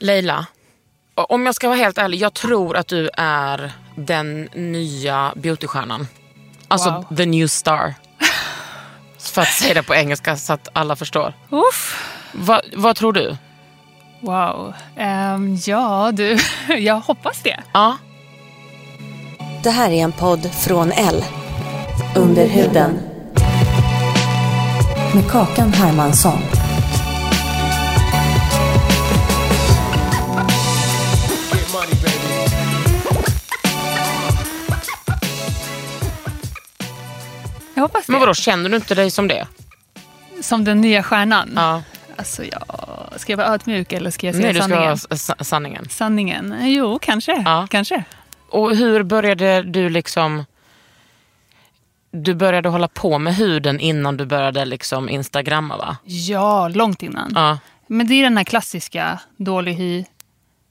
Leila, o- om jag ska vara helt ärlig, jag tror att du är den nya beautystjärnan. Alltså Wow. the new star. För att säga det på engelska så att alla förstår. Uff. Va, vad tror du? Wow. Ehm, ja, du. Jag hoppas det. Ja, Det här är en podd från L. Under huden. Med Kakan Hermansson. Jag hoppas det. men vadå känner du inte dig som det? Som den nya stjärnan. Ja. Alltså, jag... Ska jag vara ödmjuk eller ska jag säga Nej, du ska sanningen? ha s- s- sanningen. Sanningen? Jo, kanske. Ja. kanske. Och hur började du liksom... Du började hålla på med huden innan du började liksom instagramma va? Ja, långt innan. Ja. Men det är den här klassiska dålig hy.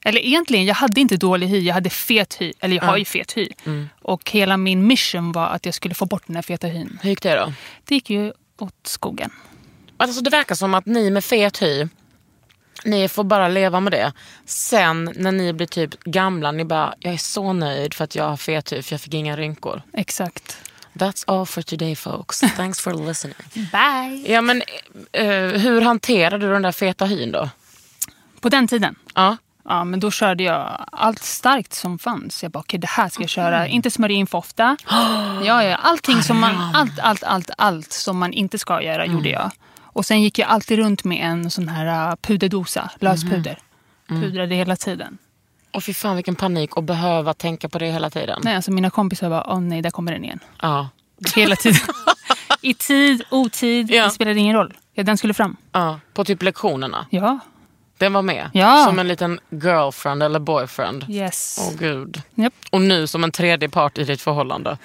Eller egentligen, jag hade inte dålig hy, jag hade fet hy. Eller jag har ju fet hy. Och hela min mission var att jag skulle få bort den här feta hyn. Hur gick det då? Det gick ju åt skogen. Alltså det verkar som att ni med fet hy, ni får bara leva med det. Sen när ni blir typ gamla, ni bara, jag är så nöjd för att jag har fet hy för jag fick inga rynkor. Exakt. That's all for today folks. Thanks for listening. Bye! Ja men eh, hur hanterade du den där feta hyn då? På den tiden. Ja. Ja, men då körde jag allt starkt som fanns. Jag bara, okej det här ska jag köra. Inte smörja in för ofta. Ja, ja, allting som man, allt, allt, allt, allt som man inte ska göra gjorde Mm. jag. Och sen gick jag alltid runt med en sån här uh, puderdosa, löspuder. Mhm. Mm. Pudrade hela tiden. Och fy fan vilken panik att behöva tänka på det hela tiden. Nej, alltså mina kompisar bara, åh nej, där kommer den igen. Ja. Hela tiden. I tid, otid, Ja. det spelade ingen roll. Ja, den skulle fram. ja. På typ lektionerna. Ja, Den var med. Ja. Som en liten girlfriend eller boyfriend. yes. Åh gud. Japp. Och nu som en tredje part i ditt förhållande.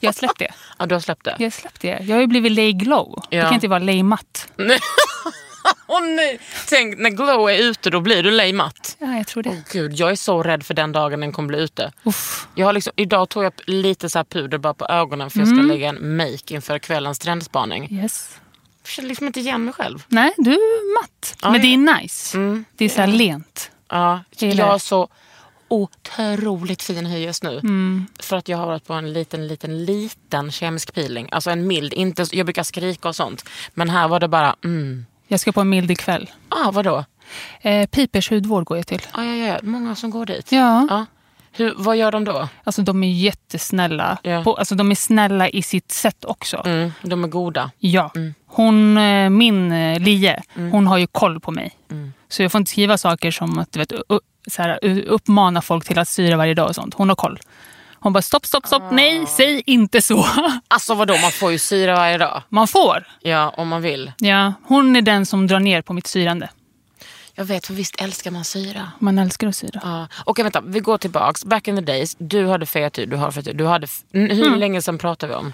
Jag släppte det. Ja, du har släppt det? Jag släppte det. Jag har ju blivit lay glow. Ja. Det kan inte vara lay matt. Åh nej! Tänk när glow är ute då blir du lejmatt. Ja, jag tror det. Gud, jag är så rädd för den dagen den kommer bli ute. Uff. Jag har liksom, idag tog jag lite så här puder bara på ögonen för jag Mm. ska lägga en make inför kvällens trendspaning. Yes. Jag känner liksom inte igen mig själv. Nej, du är matt. Men det är nice. Mm. Det är så här lent. Ja, Gillar jag har det. så otroligt fin hy just nu. För att jag har varit på en liten, liten, liten kemisk peeling. Alltså en mild. Inte, jag brukar skrika och sånt. Men här var det bara, mm. Jag ska på en mild ikväll. Ah, vadå? Eh, Pipers hudvård går jag till. Ah, ja, ja, många som går dit. Ja, Ja. Hur, vad gör de då? alltså de är jättesnälla. Ja. På, alltså de är snälla i sitt sätt också. Mm, de är goda. Ja. Hon, eh, min eh, Lie, Mm. hon har ju koll på mig. Så jag får inte skriva saker som att du vet, u- så här, u- uppmana folk till att styra varje dag och sånt. Hon har koll. Hon bara stopp, stopp, stopp, Ah. nej, säg inte så. Alltså vadå, man får ju syra varje dag. Man får. Ja, om man vill. Ja, hon är den som drar ner på mitt syrande. Jag vet, för visst älskar man syra. Man älskar att syra. Ja. Okej, vänta. Vi går tillbaks. Back in the days. Du hade fet hud, du har fet hud. Du hade... f- N- Hur länge sedan pratar vi om?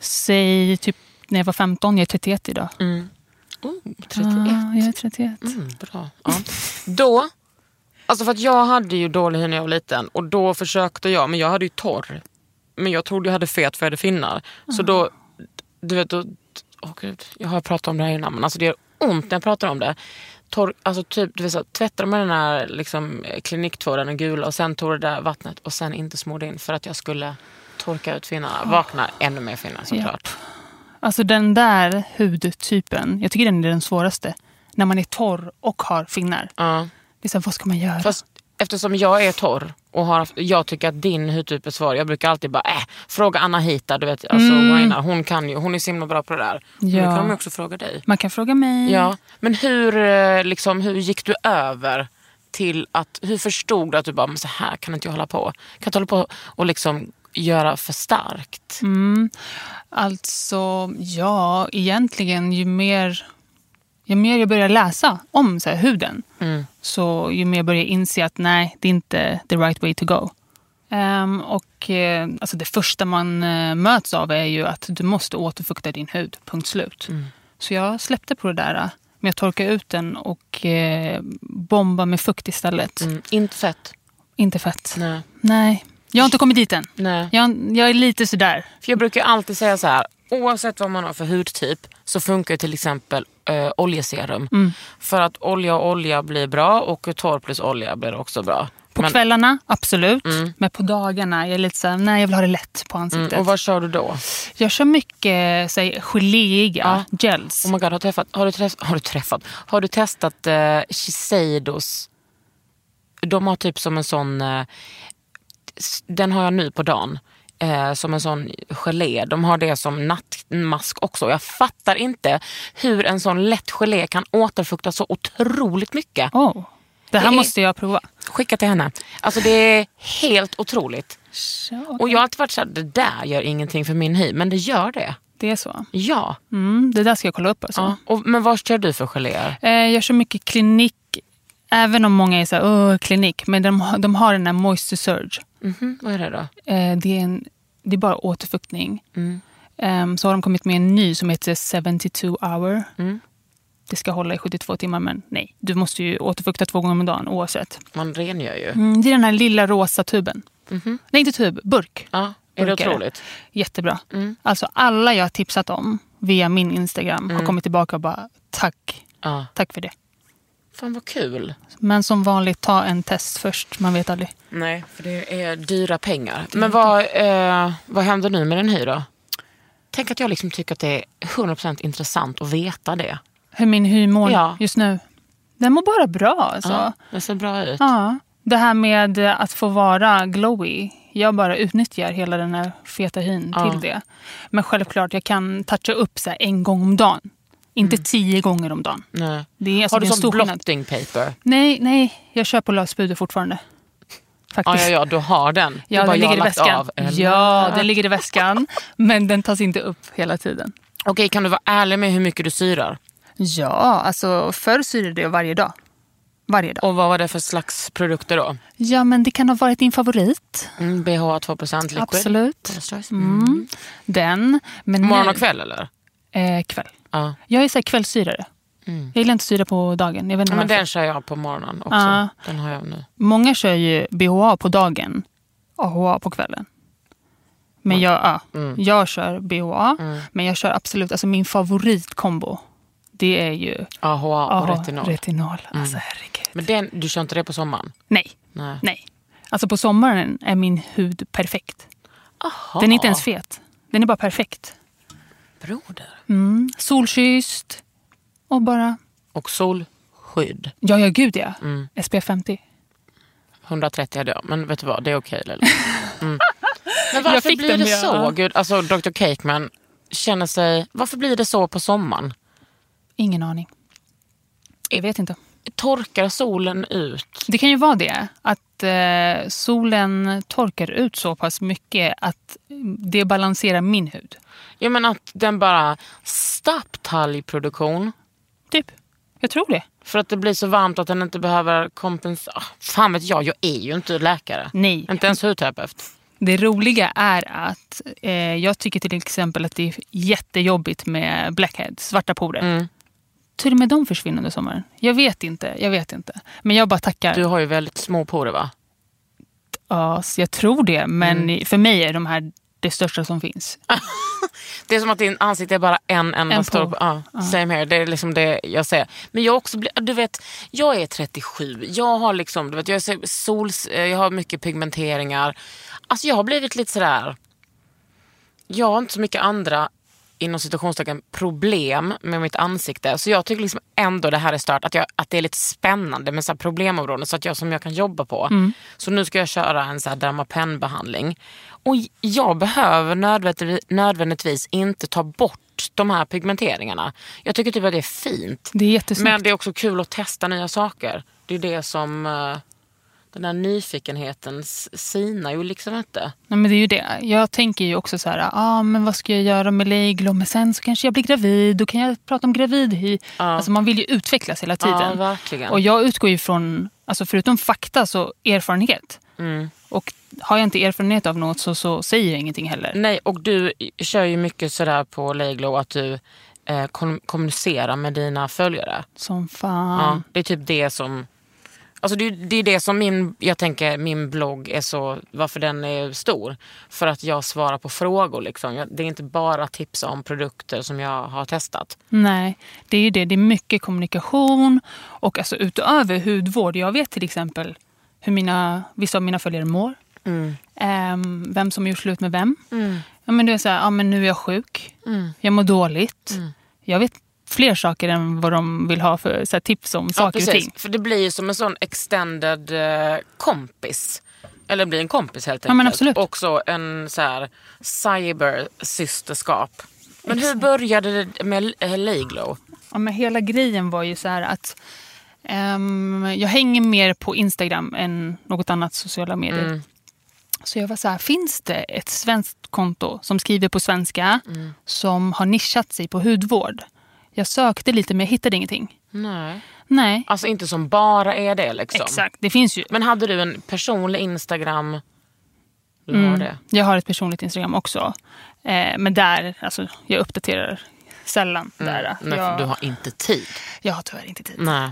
Säg typ när jag var 15, jag är 31 idag. Oh, 31. Ah, jag är 31. Mm, bra. Ja. Då, alltså för att jag hade ju dålig hy när jag var liten och då försökte jag, men jag hade ju torr. Men jag trodde jag hade fet för jag hade finnar. Så då, du vet, då, åh gud, jag har pratat om det här innan men alltså det gör ont när jag pratar om det. Torr, alltså typ, du vet, så, här, tvätta med den här liksom, eh, kliniktvålen, den gula och sen tog det där vattnet och sen inte smorde in för att jag skulle torka ut finnarna. Vakna ännu mer finnar såklart. Alltså den där hudtypen, jag tycker den är den svåraste. när man är torr och har finnar. Ja. Det är så här, vad ska man göra? Fast eftersom jag är torr och har, haft- jag tycker att din hudtyp är svår. Jag brukar alltid bara, äh, fråga Anahita. Du vet, alltså, Waina, hon kan ju, hon är så himla bra på det där. Men Mm. Ja. Mm. Nu kan de ju också fråga dig. Man kan fråga mig. Ja. Men hur, eh, liksom, hur gick du över till att, hur förstod du att du bara, men så här kan inte jag hålla på. Kan inte hålla på och liksom göra för starkt. Mm. Alltså, ja, egentligen ju mer, ju mer jag börjar läsa om så här, huden Mm. så ju mer börjar jag inse att nej, det är inte the right way to go. Ehm, och eh, alltså Det första man eh, möts av är ju att du måste återfukta din hud, punkt slut. Mm. Så jag släppte på det där, eh, men jag torkade ut den och eh, bombade med fukt istället. Mm. Inte fett. Inte fett. Nej. Nej. jag har inte kommit dit än. Nej. Jag, jag är lite sådär. För jag brukar alltid säga så här, oavsett vad man har för hudtyp så funkar ju till exempel eh, oljeserum. För att olja och olja blir bra och torr plus olja blir också bra. På Men- kvällarna, absolut. Men på dagarna, jag är lite såhär, nej jag vill ha det lätt på ansiktet. Mm, och vad kör du då? Jag kör mycket så här, geléiga gels. Oh my God, har, du träffat, har, du träff, har du träffat? Har du testat eh, Shiseidos? De har typ som en sån, eh, s- den har jag nu på dagen. Eh, som en sån gelé. De har det som nattmask också. Jag fattar inte hur en sån lätt gelé kan återfukta så otroligt mycket. Oh, det här Det är- måste jag prova. Skicka till henne. Alltså det är helt otroligt. Och jag har alltid varit såhär, det där gör ingenting för min hy. Men det gör det. Det är så. Ja. Mm, det där ska jag kolla upp alltså. ja. Och, men vad kör du för geléer? Eh, jag kör mycket klinik. Även om många är så här, "Åh, klinik. Men de, har- de har den här moisture surge. Mhm, vad är det då? Mm, Eh, det, är en, det är bara återfuktning. Ehm, så har de kommit med en ny som heter 72 hour. mm. Det ska hålla i 72 timmar, men nej. Du måste ju återfukta två gånger om dagen oavsett. Man rengör ju. Mhm. Mm, det är den här lilla rosa tuben. Nej, inte tub. Burk. Ja, är det Burkar. otroligt? Mm. Jättebra. Alltså alla jag har tipsat om via min Instagram Mm. har kommit tillbaka och bara tack. Ja. Tack för det. Fan vad kul. Men som vanligt, ta en test först. Man vet aldrig. Nej, för det är dyra pengar. Men vad, eh, vad händer nu med den hy då? Tänk att jag liksom tycker att det är 100% intressant att veta det. Hur min hy mår Ja. just nu. Den mår bara bra. Alltså. Ja, det ser bra ut. Ja. Det här med att få vara glowy. Jag bara utnyttjar hela den här feta hyn Ja. till det. Men självklart, jag kan toucha upp så här en gång om dagen. Inte tio gånger om dagen. Nej. Det är, alltså, Mm. Har du det är en sån stor skillnad. blotting paper? Nej, nej. Jag kör på löspuder fortfarande. Ja, Faktiskt. ja, ja, du har den. Ja, du bara, den jag har ligger i lagt väskan. av. Eller? Ja, den ligger i väskan. Men den tas inte upp hela tiden. Okej, kan du vara ärlig med hur mycket du syrar? Ja, alltså förr syrade jag varje dag. Varje dag. Och vad var det för slags produkter då? Ja, men det kan ha varit din favorit. Mm, BHA 2% liquid? Absolut. Mm. Mm. Den. Men Morgon nu- och kväll eller? Eh, kväll. Ja. Jag är så här kvällssyrare. Mm. Jag gillar inte syra på dagen. Jag vet inte Ja, men varför. den kör jag på morgonen också. Ja. Den har jag nu. Många kör ju BHA på dagen, AHA på kvällen. Men jag, ja, jag kör BHA, men jag kör absolut, alltså min favoritkombo, det är ju AHA och AHA, retinol. Mm. retinol. Alltså herregud. Men den, du kör inte det på sommaren? Nej, Nej. nej. Alltså på sommaren är min hud perfekt. Aha. Den är inte ens fet. Den är bara perfekt. Broder. Mm. Solkysst och bara, Och solskydd. ja ja gud ja. Mm. SP50. 130 hade jag, men vet du vad, det är okej Lilla. Mm. Men varför Jag fick blir den det med, ja. så? Gud, alltså Dr. Cakeman känner sig... Varför blir det så på sommaren? Ingen aning. Jag vet inte. Torkar solen ut? Det kan ju vara det, att eh, solen torkar ut så pass mycket att det balanserar min hud. Jag menar att den bara... Stapp talgproduktion. Typ. Jag tror det. För att det blir så varmt att den inte behöver kompensera. Ah, Fan vet jag, jag är ju inte läkare. Nej. Inte ens hudterapeut. Det roliga är att eh, jag tycker till exempel att det är jättejobbigt med blackheads, svarta porer. Mm. Till och med de försvinner under sommaren. Jag vet inte, jag vet inte. Men jag bara tackar. Du har ju väldigt små porer va? Ja, så jag tror det, men Mm. för mig är de här det största som finns. Ah, Det är som att din ansikte är bara en enda En stor... på. Ja, same here. Det är liksom det jag säger. Men jag också blir, du vet, jag är 37. Jag har liksom, du vet, jag, är så- sols, eh, jag har mycket pigmenteringar. Alltså jag har blivit lite sådär... Jag har inte så mycket andra inom citationstecken problem med mitt ansikte. Så jag tycker liksom ändå det här är stört. Att, jag, att det är lite spännande med så här problemområden så att jag, som jag kan jobba på. Mm. Så nu ska jag köra en så här Dermapen-behandling. Och j- jag behöver nödvändigtvis, nödvändigtvis inte ta bort de här pigmenteringarna. Jag tycker typ att det är fint. Det är jättesnyggt. Men det är också kul att testa nya saker. Det är det som eh, den där nyfikenheten s- sinar ju liksom inte. Nej, men det är ju det. Jag tänker ju också så här, ah, men vad ska jag göra med leglo? Men sen så kanske jag blir gravid, då kan jag prata om gravidhy. Alltså man vill ju utvecklas hela Ja, tiden. verkligen. och jag utgår ju från, alltså förutom fakta, så erfarenhet. Mm. Och har jag inte erfarenhet av något så, så säger jag ingenting heller. Nej, och du kör ju mycket sådär på Leglo att du eh, kom- kommunicerar med dina följare. Som Ja, fan. det är typ det som... Alltså det, är- det är det som min, jag tänker, min blogg är så... Varför den är stor. För att jag svarar på frågor. Liksom. Jag, det är inte bara tips om produkter som jag har testat. Nej, det är ju det. Det är mycket kommunikation och alltså utöver hudvård. Jag vet till exempel hur mina, vissa av mina följare mår. Ehm, vem som gjort slut med vem. Mm. Ja, men det är så här, ja, men nu är jag sjuk. Jag mår dåligt. Mm. Jag vet fler saker än vad de vill ha för så här, tips om saker och precis. ting. För det blir ju som en sån extended eh, kompis. Eller blir en kompis helt enkelt. men absolut. Också en så här cybersysterskap. Men hur började det med eh, Leglo? Ja, men hela grejen var ju så här att ehm, jag hänger mer på Instagram än något annat sociala medier. Mm. Så jag var så här, finns det ett svenskt konto som skriver på svenska Mm. som har nischat sig på hudvård? Jag sökte lite men jag hittade ingenting. Nej. Nej, Alltså inte som bara är det liksom. exakt. Det finns ju. Men hade du en personlig Instagram? Du har det. Jag har ett personligt Instagram också. Eh, men där, alltså jag uppdaterar sällan. Där. Mm, Nej, för Du Jag, har inte tid. jag har tyvärr inte tid. Nej.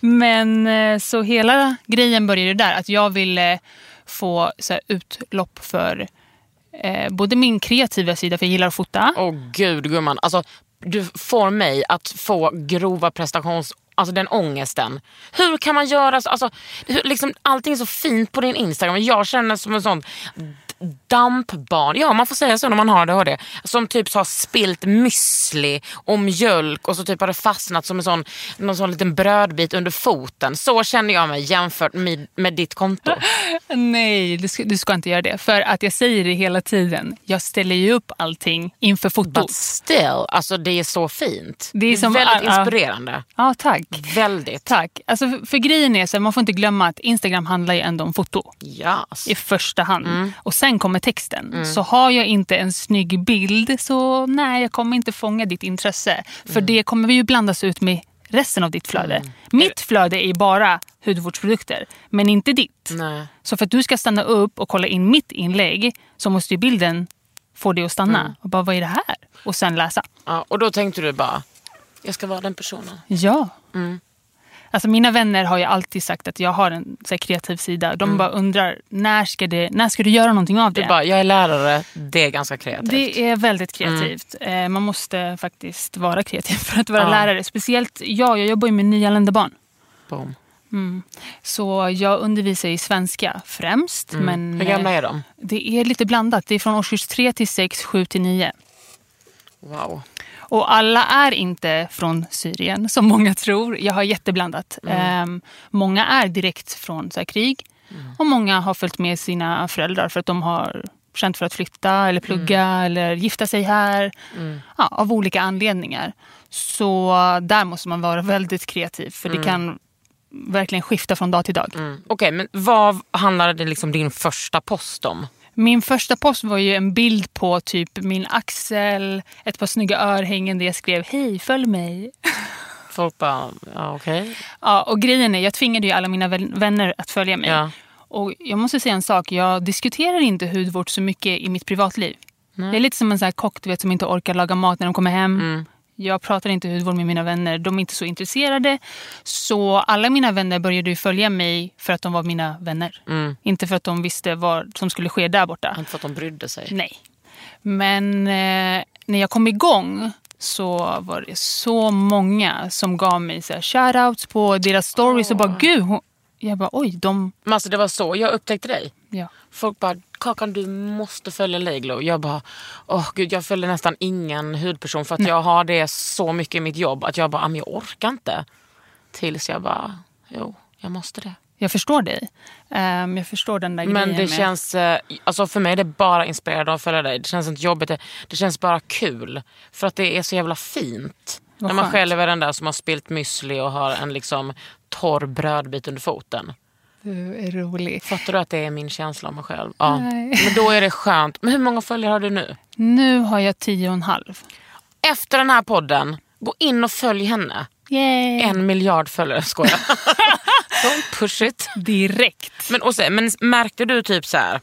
Men eh, så hela grejen började ju där. Att jag ville få så här, utlopp för eh, både min kreativa sida, för jag gillar att fota. Åh gud gumman. Alltså, du får mig att få grova prestations... Alltså den ångesten. Hur kan man göra så? Alltså, hur, liksom, allting är så fint på din Instagram. Jag känner som en sån d- dampbarn. Ja, man får säga så när man har ADHD. Som typ så har spilt müsli och mjölk och så typ har det fastnat som en sån, någon sån liten brödbit under foten. Så känner jag mig jämfört med, med ditt konto. Nej, du ska, du ska inte göra det. För att jag säger det hela tiden. Jag ställer ju upp allting inför fotot. But still, alltså det är så fint. Det är som- väldigt ja. inspirerande. Ja, tack. Väldigt. Tack. Alltså, för, för grejen är så här, man får inte glömma att Instagram handlar ju ändå om foto. Yes. i första hand. Och sen kommer texten. Så har jag inte en snygg bild så nej, jag kommer inte fånga ditt intresse. För det kommer ju blandas ut med resten av ditt flöde. Mitt flöde är bara hudvårdsprodukter, men inte ditt. Nej. Så för att du ska stanna upp och kolla in mitt inlägg så måste ju bilden få dig att stanna. Och bara, vad är det här? Och sen läsa. Ja, och då tänkte du bara, jag ska vara den personen. Ja. Mm. Alltså mina vänner har ju alltid sagt att jag har en så här, kreativ sida. De bara undrar, när ska, det, när ska du göra någonting av Mm. det? Du bara, jag är lärare, det är ganska kreativt. Mm. Det är väldigt kreativt. Eh, Man måste faktiskt vara kreativ för att vara lärare. Speciellt jag, jag jobbar ju med nyanlända barn. Boom. Så jag undervisar i svenska främst. Men Mm. Hur gamla eh, är de? Det är lite blandat. Det är från årskurs 3 till 6, 7 till 9. Wow. Och alla är inte från Syrien, som många tror. Jag har jätteblandat. Eh, många är direkt från så här, krig och många har följt med sina föräldrar för att de har känt för att flytta eller plugga eller gifta sig här. Ja, av olika anledningar. Så där måste man vara väldigt kreativ för det kan verkligen skifta från dag till dag. Mm. Okej, men vad handlade det liksom din första post om? Min första post var ju en bild på typ min axel, ett par snygga örhängen där jag skrev “Hej, följ mig”. Folk bara, ja, okej. Ja, och grejen är, jag tvingade ju alla mina vän- vänner att följa mig. Ja. Och jag måste säga en sak, jag diskuterar inte hudvård så mycket i mitt privatliv. Jag är lite som en sån här kock du vet, som inte orkar laga mat när de kommer hem. Jag pratar inte hudvård med mina vänner, de är inte så intresserade. Så alla mina vänner började ju följa mig för att de var mina vänner. Mm. Inte för att de visste vad som skulle ske där borta. Inte för att de brydde sig. Nej. Men eh, när jag kom igång så var det så många som gav mig så här shoutouts på deras stories och bara gud, hon, Jag bara oj, de... Men alltså det var så jag upptäckte dig. Ja. Folk bara, Kakan du måste följa Leglo. Jag bara, åh gud jag följer nästan ingen hudperson för att jag har det så mycket i mitt jobb att jag bara, "Ah, men jag orkar inte. Tills jag bara, jo jag måste det. Jag förstår dig. Ehm, jag förstår den där Men grejen. det med- känns, eh, alltså för mig är det bara inspirerande att följa dig. Det känns inte jobbigt, det, det känns bara kul. För att det är så jävla fint. Vad När man skönt. själv är den där som har spilt müsli och har en liksom torr brödbit under foten. Du är rolig. Fattar du att det är min känsla om mig själv? Ja. Nej. Men då är det skönt. Men hur många följare har du nu? Nu har jag tio och en halv. Efter den här podden, gå in och följ henne. Yay! En miljard följare, skojar. Don't push it. Direkt. Men, och så, men märkte du typ så här,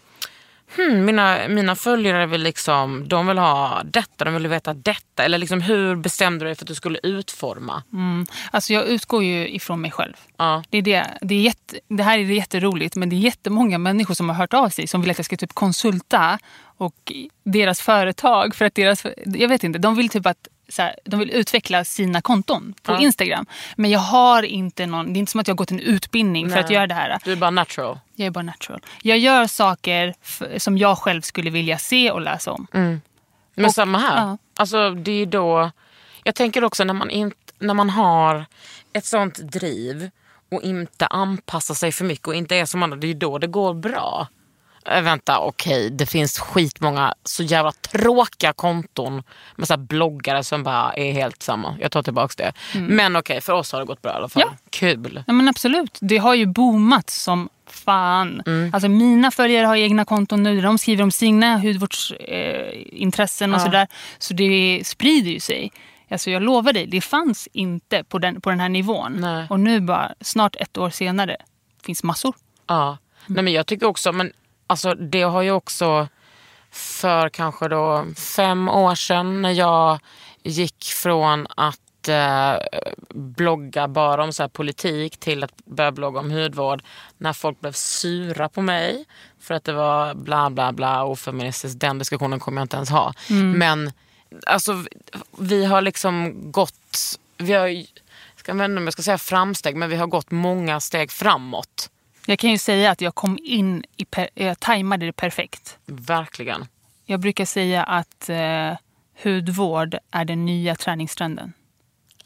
hmm, mina, mina följare vill liksom, de vill ha detta, de vill veta detta. Eller liksom, hur bestämde du dig för att du skulle utforma? Mm. Alltså jag utgår ju ifrån mig själv. Ja. Det, är det. Det, är jätte, det här är jätteroligt men det är jättemånga människor som har hört av sig som vill att jag ska typ konsulta och deras företag. för att deras, Jag vet inte, de vill typ att så här, de vill utveckla sina konton på Instagram. Men jag har inte någon, det är inte som att jag har gått en utbildning för Nej. att göra det här. Du är bara natural. Jag är bara natural. Jag gör saker f- som jag själv skulle vilja se och läsa om. Men samma här. ja. Alltså det är då... Jag tänker också när man, inte, när man har ett sånt driv och inte anpassar sig för mycket och inte är som andra, det är ju då det går bra. Äh, vänta, okej, det finns skitmånga så jävla tråkiga konton med så här bloggare som bara är helt samma. Jag tar tillbaka det. Men okej, för oss har det gått bra i alla fall. Mm. Ja. Kul. Ja men absolut, det har ju boomat som fan. Alltså mina följare har egna konton nu, de skriver om sina hudvårdsintressen eh, intressen och sådär. Så det sprider ju sig. Alltså jag lovar dig, det fanns inte på den, på den här nivån. Nej. Och nu bara, snart ett år senare, finns massor. Ja. Nej, men jag tycker också, men alltså, det har ju också för kanske då fem år sedan när jag gick från att eh, blogga bara om så här politik till att börja blogga om hudvård. När folk blev sura på mig för att det var bla bla bla ofeministiskt. Den diskussionen kommer jag inte ens ha. Men alltså, vi- vi har liksom gått, vi har, ju- jag ska- jag vet inte om jag ska säga framsteg, men vi har gått många steg framåt. Jag kan ju säga att jag kom in, i per, jag tajmade det perfekt. Verkligen. Jag brukar säga att eh, hudvård är den nya träningstrenden.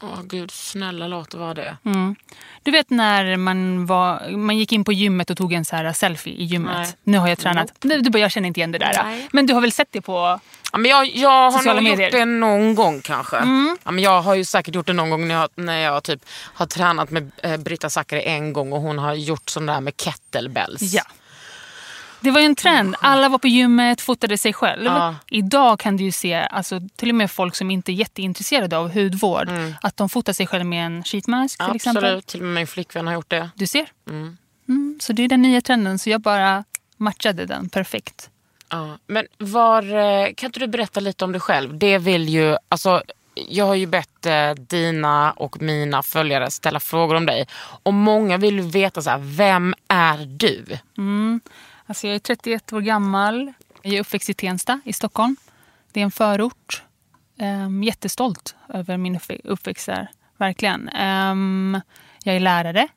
Åh gud, snälla låt det vara det. Mm. Du vet när man, var, man gick in på gymmet och tog en så här selfie i gymmet. Nej. Nu har jag tränat. Nu, du bara, jag känner inte igen det där. Nej. Men du har väl sett det på... Ja, men jag, jag har Sociala nog medier. Mm. gjort det någon gång kanske. Ja, men jag har ju säkert gjort det någon gång när jag, när jag typ har tränat med eh, Britta Zackari en gång och hon har gjort sån där med kettlebells. Ja. Det var ju en trend. Alla var på gymmet, fotade sig själv. Mm. Ja. Idag kan du ju se, alltså, till och med folk som inte är jätteintresserade av hudvård, att de fotar sig själv med en sheetmask till Mm. Absolut, exempel. till och med min flickvän har gjort det. Du ser. Mm, så det är den nya trenden. Så jag bara matchade den perfekt. Ja, men var, eh, kan inte du berätta lite om dig själv? Det vill ju, alltså, jag har ju bett eh, dina och mina följare ställa frågor om dig. Och många vill ju veta så här, vem är du? Alltså jag är 31 år gammal. Jag är uppväxt i Tensta i Stockholm. Det är en förort. Ehm, jättestolt över min uppvä- uppväxt där. Verkligen. Ehm, jag är lärare.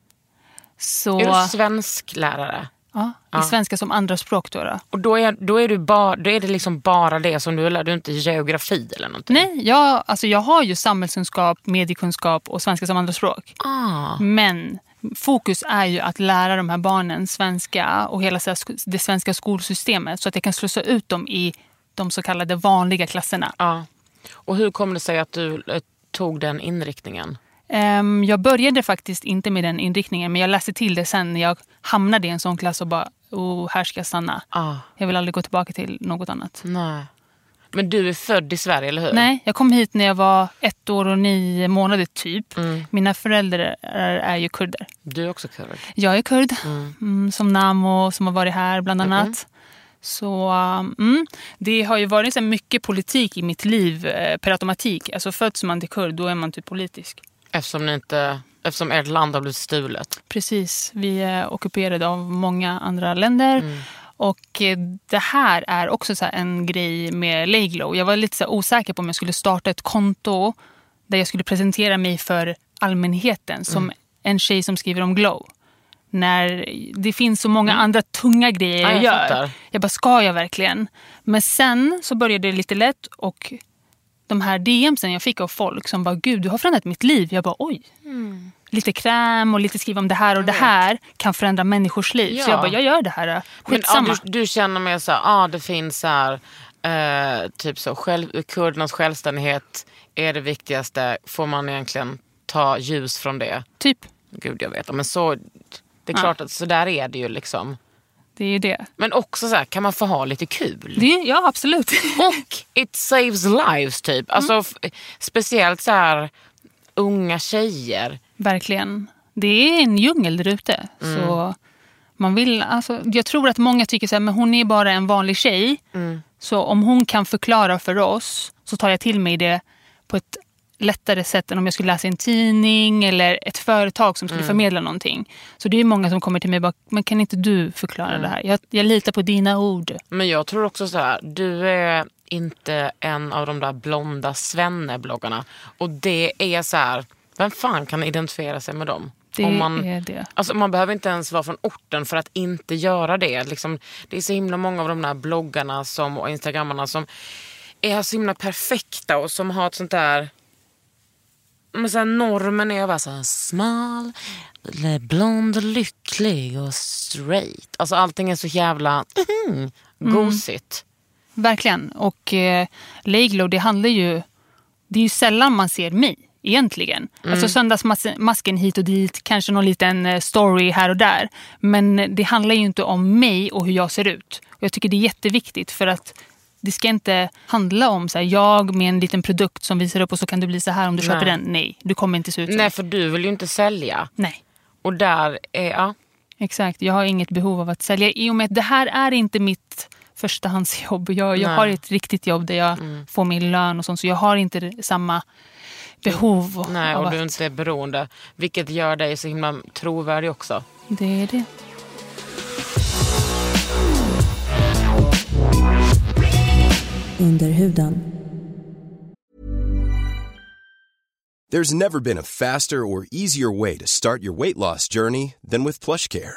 Så, Är du svensk lärare? ja, I svenska som andraspråk. Då, då. Och då är, då är, du ba, då är det liksom bara det som du lär du är inte geografi eller någonting? Nej, jag, alltså jag har ju samhällskunskap, mediekunskap och svenska som andraspråk. Ah. Men fokus är ju att lära de här barnen svenska och hela så här sk- det svenska skolsystemet så att jag kan slussa ut dem i de så kallade vanliga klasserna. Ja. Ah. Och hur kom det sig att du eh, tog den inriktningen? Ehm, jag började faktiskt inte med den inriktningen, men jag läste till det sen när jag hamnade i en sån klass och bara, oh, här ska jag stanna. Ah. Jag vill aldrig gå tillbaka till något annat. Nej. Men du är född i Sverige, eller hur? Nej, jag kom hit när jag var ett år och nio månader typ. Mina föräldrar är ju kurder. Du är också kurd. Jag är kurd, mm, som Namo som har varit här bland annat. Så um, mm, Det har ju varit så här mycket politik i mitt liv eh, per automatik. Alltså föds man till kurd då är man typ politisk. Eftersom, ni inte, eftersom ert land har blivit stulet. Precis. Vi är ockuperade av många andra länder. Mm. Och eh, det här är också så här en grej med Leglo. Jag var lite så här osäker på om jag skulle starta ett konto Mm. där jag skulle presentera mig för allmänheten som en tjej som skriver om glow. när det finns så många andra tunga grejer Mm. Ja, jag, jag gör. fattar. Jag bara, ska jag verkligen? Men sen så började det lite lätt och de här DMsen jag fick av folk som bara, gud du har förändrat mitt liv. Jag bara, oj. Lite kräm och lite skriva om det här och det här kan förändra människors liv. Ja. Så jag bara, jag gör det här. Men, ja, Skitsamma. du, du känner mer så här, ah, det finns så här, eh, typ så, själv, kurdernas självständighet är det viktigaste. Får man egentligen ta ljus från det? Typ. Gud, jag vet. Men så, det är Ja. klart att så där är det ju liksom. Det är ju det. Men också så här, kan man få ha lite kul? det Mm. är, ja, absolut. Och it saves lives typ. Alltså, f- speciellt så här unga tjejer. Verkligen. Det är en djungel där ute. Mm. Så man vill, alltså, jag tror att många tycker så här, men hon är bara en vanlig tjej. Mm. Så om hon kan förklara för oss så tar jag till mig det på ett lättare sätt än om jag skulle läsa i en tidning eller ett företag som Mm. skulle förmedla någonting. Så det är många som kommer till mig och bara, men kan inte du förklara Mm. det här? Jag, jag litar på dina ord. Men jag tror också så här, du är inte en av de där blonda svennebloggarna. Och det är så här, vem fan kan identifiera sig med dem? Det Om man, är det. Alltså, man behöver inte ens vara från orten för att inte göra det. Liksom, det är så himla många av de där bloggarna som, och instagrammarna som är så himla perfekta och som har ett sånt där... Men så här, normen är bara så här, smal, eller blond, lycklig och straight. Alltså allting är så jävla mhm, gosigt. Verkligen. Och eh, Leglo, det handlar ju... Det är ju sällan man ser mig egentligen. Alltså söndagsmasken hit och dit, kanske någon liten eh, story här och där. Men det handlar ju inte om mig och hur jag ser ut. Och jag tycker det är jätteviktigt för att det ska inte handla om så här, jag med en liten produkt som visar upp och så kan du bli så här om du köper den. Nej, du kommer inte se ut så. Nej, för du vill ju inte sälja. Nej. Och där är... Ja. Exakt, jag har inget behov av att sälja. I och med att det här är inte mitt förstahandsjobb. Jag, jag Nej. Mm. har ett riktigt jobb där jag får min lön och sånt. Så jag har inte samma behov Nej, av och du att... är inte beroende. Vilket gör dig så himla trovärdig också. Det är det. Under huden. There's never been a faster or easier way to start your weight loss journey than with PlushCare.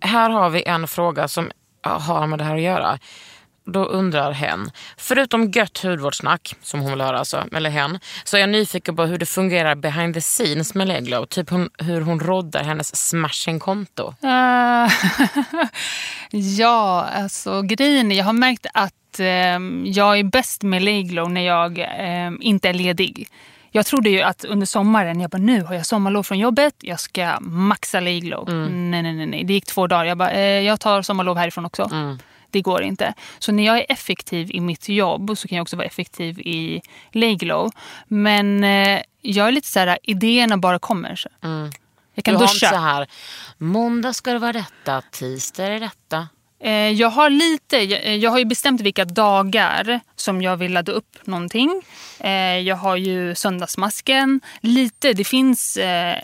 Här har vi en fråga som har med det här att göra. Då undrar hen, förutom gött hudvårdssnack, som hon vill höra alltså, eller hen, så är jag nyfiken på hur det fungerar behind the scenes med Leglo. Typ hon, hur hon roddar hennes smashing-konto. Eh, ja, alltså grejen är- Jag har märkt att ehm, jag är bäst med Leglo när jag ehm, inte är ledig. Jag trodde ju att under sommaren, jag bara nu har jag sommarlov från jobbet, jag ska maxa Leglo. Mm. Nej, nej, nej, nej. Det gick två dagar. Jag bara, eh, jag tar sommarlov härifrån också. Mm. Det går inte. Så när jag är effektiv i mitt jobb så kan jag också vara effektiv i Leglo. Men eh, jag är lite så här, idéerna bara kommer. Så. Jag kan Mm. du har duscha. inte så här, måndag ska det vara detta, tisdag är det detta. Eh, Jag har lite, jag, eh, jag har ju bestämt vilka dagar som jag vill ladda upp någonting. Eh, Jag har ju söndagsmasken. Lite, det finns eh,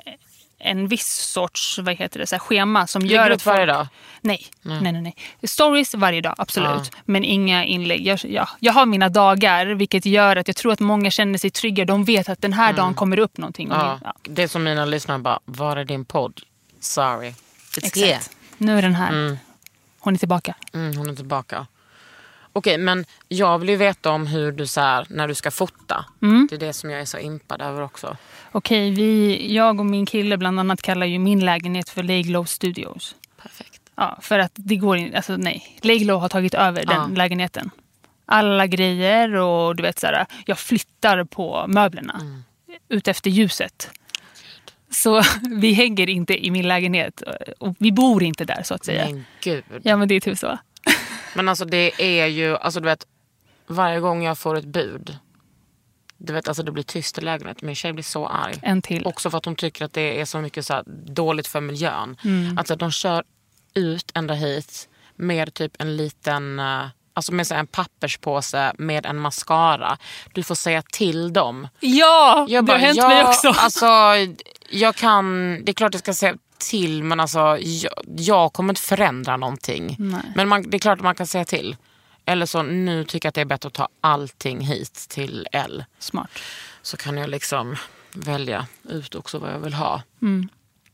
en viss sorts vad heter det, så här, schema som Lägger gör du att upp varje dag? Nej, nej, nej, nej. Stories varje dag, absolut. Men inga inlägg. Jag, ja, jag har mina dagar, vilket gör att jag tror att många känner sig trygga. De vet att den här dagen kommer det upp någonting. Och Mm. Ja. min- ja. Det är som mina lyssnare bara, var är din podd? Sorry. It's here. Exakt. Nu är den här. Hon är tillbaka. Mm, hon är tillbaka. Okej, men jag vill ju veta om hur du så här, när du ska fota. Mm. Det är det som jag är så impad över också. Okej, vi, jag och min kille bland annat kallar ju min lägenhet för Leglow Studios. Perfekt. Ja, för att det går in, alltså nej. Leglo har tagit över den lägenheten. Alla grejer och du vet så här, jag flyttar på möblerna Mm. utefter ljuset. Så vi hänger inte i min lägenhet eh, och vi bor inte där så att säga. Men gud. Ja men det är typ så. Men alltså det är ju, alltså du vet, varje gång jag får ett bud. Du vet, alltså det blir tyst i lägenheten. Min tjej blir så arg. En till. Också för att hon tycker att det är så mycket så här dåligt för miljön. Mm. Alltså de kör ut ända hit med typ en liten, eh, alltså med så här en papperspåse med en mascara. Du får säga till dem. Ja, Jag det bara, har hänt ja, mig också. Alltså, jag kan, det är klart jag ska säga till men alltså, jag, jag kommer inte förändra någonting. Men man, det är klart att man kan säga till. Eller så nu tycker jag att det är bättre att ta allting hit till L. Smart. Så kan jag liksom välja ut också vad jag vill ha.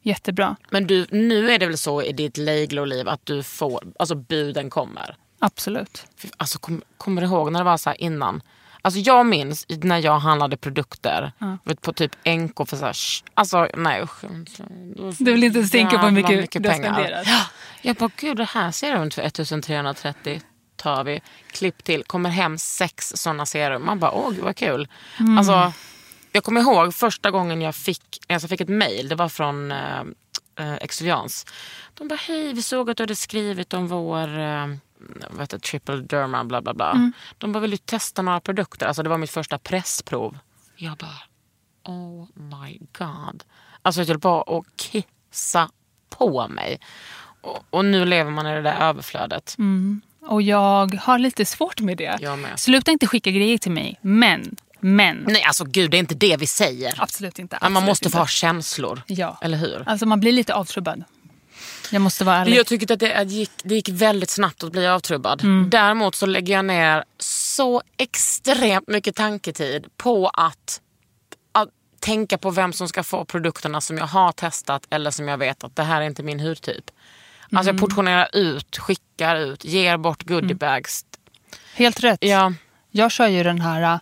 Jättebra. Men du, nu är det väl så i ditt Leglo-liv att du får, alltså buden kommer. Absolut. Fy- Alltså, kom, kommer du ihåg när det var så här innan? Alltså jag minns när jag handlade produkter vet, på typ NK för så här, sh- alltså nej usch. Du vill inte ens tänka på hur Jävla mycket du har spenderat. Ja, jag bara gud det här serumet för 1330 tar vi, klipp till, kommer hem sex sådana serum. Man bara åh gud vad kul. Mm. Alltså, jag kommer ihåg första gången jag fick, alltså jag fick ett mail, det var från eh, eh, Exilians. De bara, hej vi såg att du hade skrivit om vår eh, vad heter, det, triple derma bla bla bla. Mm. De bara, vill du testa några produkter? Alltså det var mitt första pressprov. Jag bara, oh my god. Alltså jag höll på att kissa på mig. Och, och nu lever man i det där överflödet. Mm. Och jag har lite svårt med det. Jag med. Sluta inte skicka grejer till mig. Men, men. Nej alltså gud det är inte det vi säger. Absolut inte. Men man absolut måste inte. få ha känslor. Ja. Eller hur? Alltså man blir lite avtrubbad. Jag måste vara ärlig. Jag tyckte att det, att gick, det gick väldigt snabbt att bli avtrubbad. Mm. Däremot så lägger jag ner så extremt mycket tanketid på att, att tänka på vem som ska få produkterna som jag har testat eller som jag vet att det här är inte min hudtyp. Alltså Mm. jag portionerar ut, skickar ut, ger bort goodiebags. Mm. Helt rätt. Ja, Jag kör ju den här,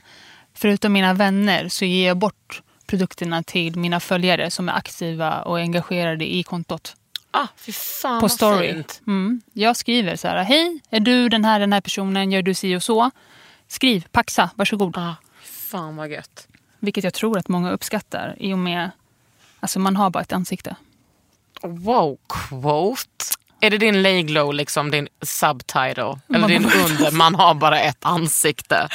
förutom mina vänner så ger jag bort produkterna till mina följare som är aktiva och engagerade i kontot. ah, fy fan på vad story. fint. Mm. Jag skriver så här, hej, är du den här, den här personen, gör du si och så? Skriv, paxa, varsågod. Ah, fy fan vad gött. Vilket jag tror att många uppskattar i och med, alltså man har bara ett ansikte. Wow, quote. Är det din leglo, liksom din subtitle? Eller din under, man har bara ett ansikte?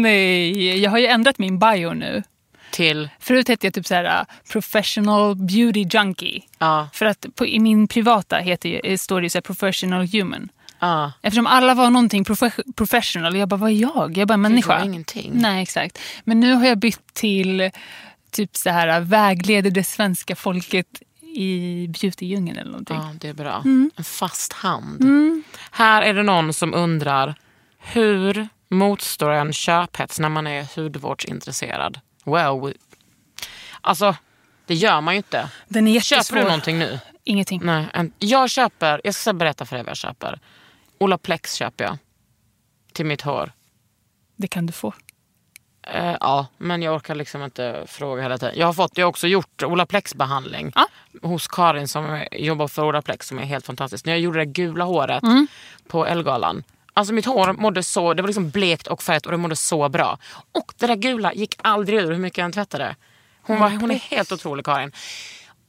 Nej, jag har ju ändrat min bio nu. Till, Förut hette jag typ så här professional beauty junkie. ja, För att på, i min privata heter, ju- eh, står det ju så här professional human. ja. Eftersom alla var någonting profe- professional. Jag bara, vad är jag? Jag är bara en människa. Jag har ingenting. Nej, exakt. Men nu har jag bytt till typ så här vägleder det svenska folket i beautydjungeln eller någonting. Ja, det är bra. En fast hand. Här är det någon som undrar, hur motstår en köphets när man är hudvårdsintresserad? Well, we... alltså det gör man ju inte. Den är Köper du någonting nu? Ingenting. Nej, en- jag köper, jag ska berätta för dig vad jag köper. Olaplex köper jag. Till mitt hår. Det kan du få. Eh, ja, men jag orkar liksom inte fråga hela tiden. Jag har, fått, jag har också gjort Olaplex-behandling Ja. hos Karin som jobbar för Olaplex som är helt fantastisk. När jag gjorde det gula håret på Elgalan. Alltså mitt hår mådde så, det var liksom blekt och färgat och det mådde så bra. Och det där gula gick aldrig ur hur mycket jag än tvättade. Hon, var, hon är helt otrolig Karin.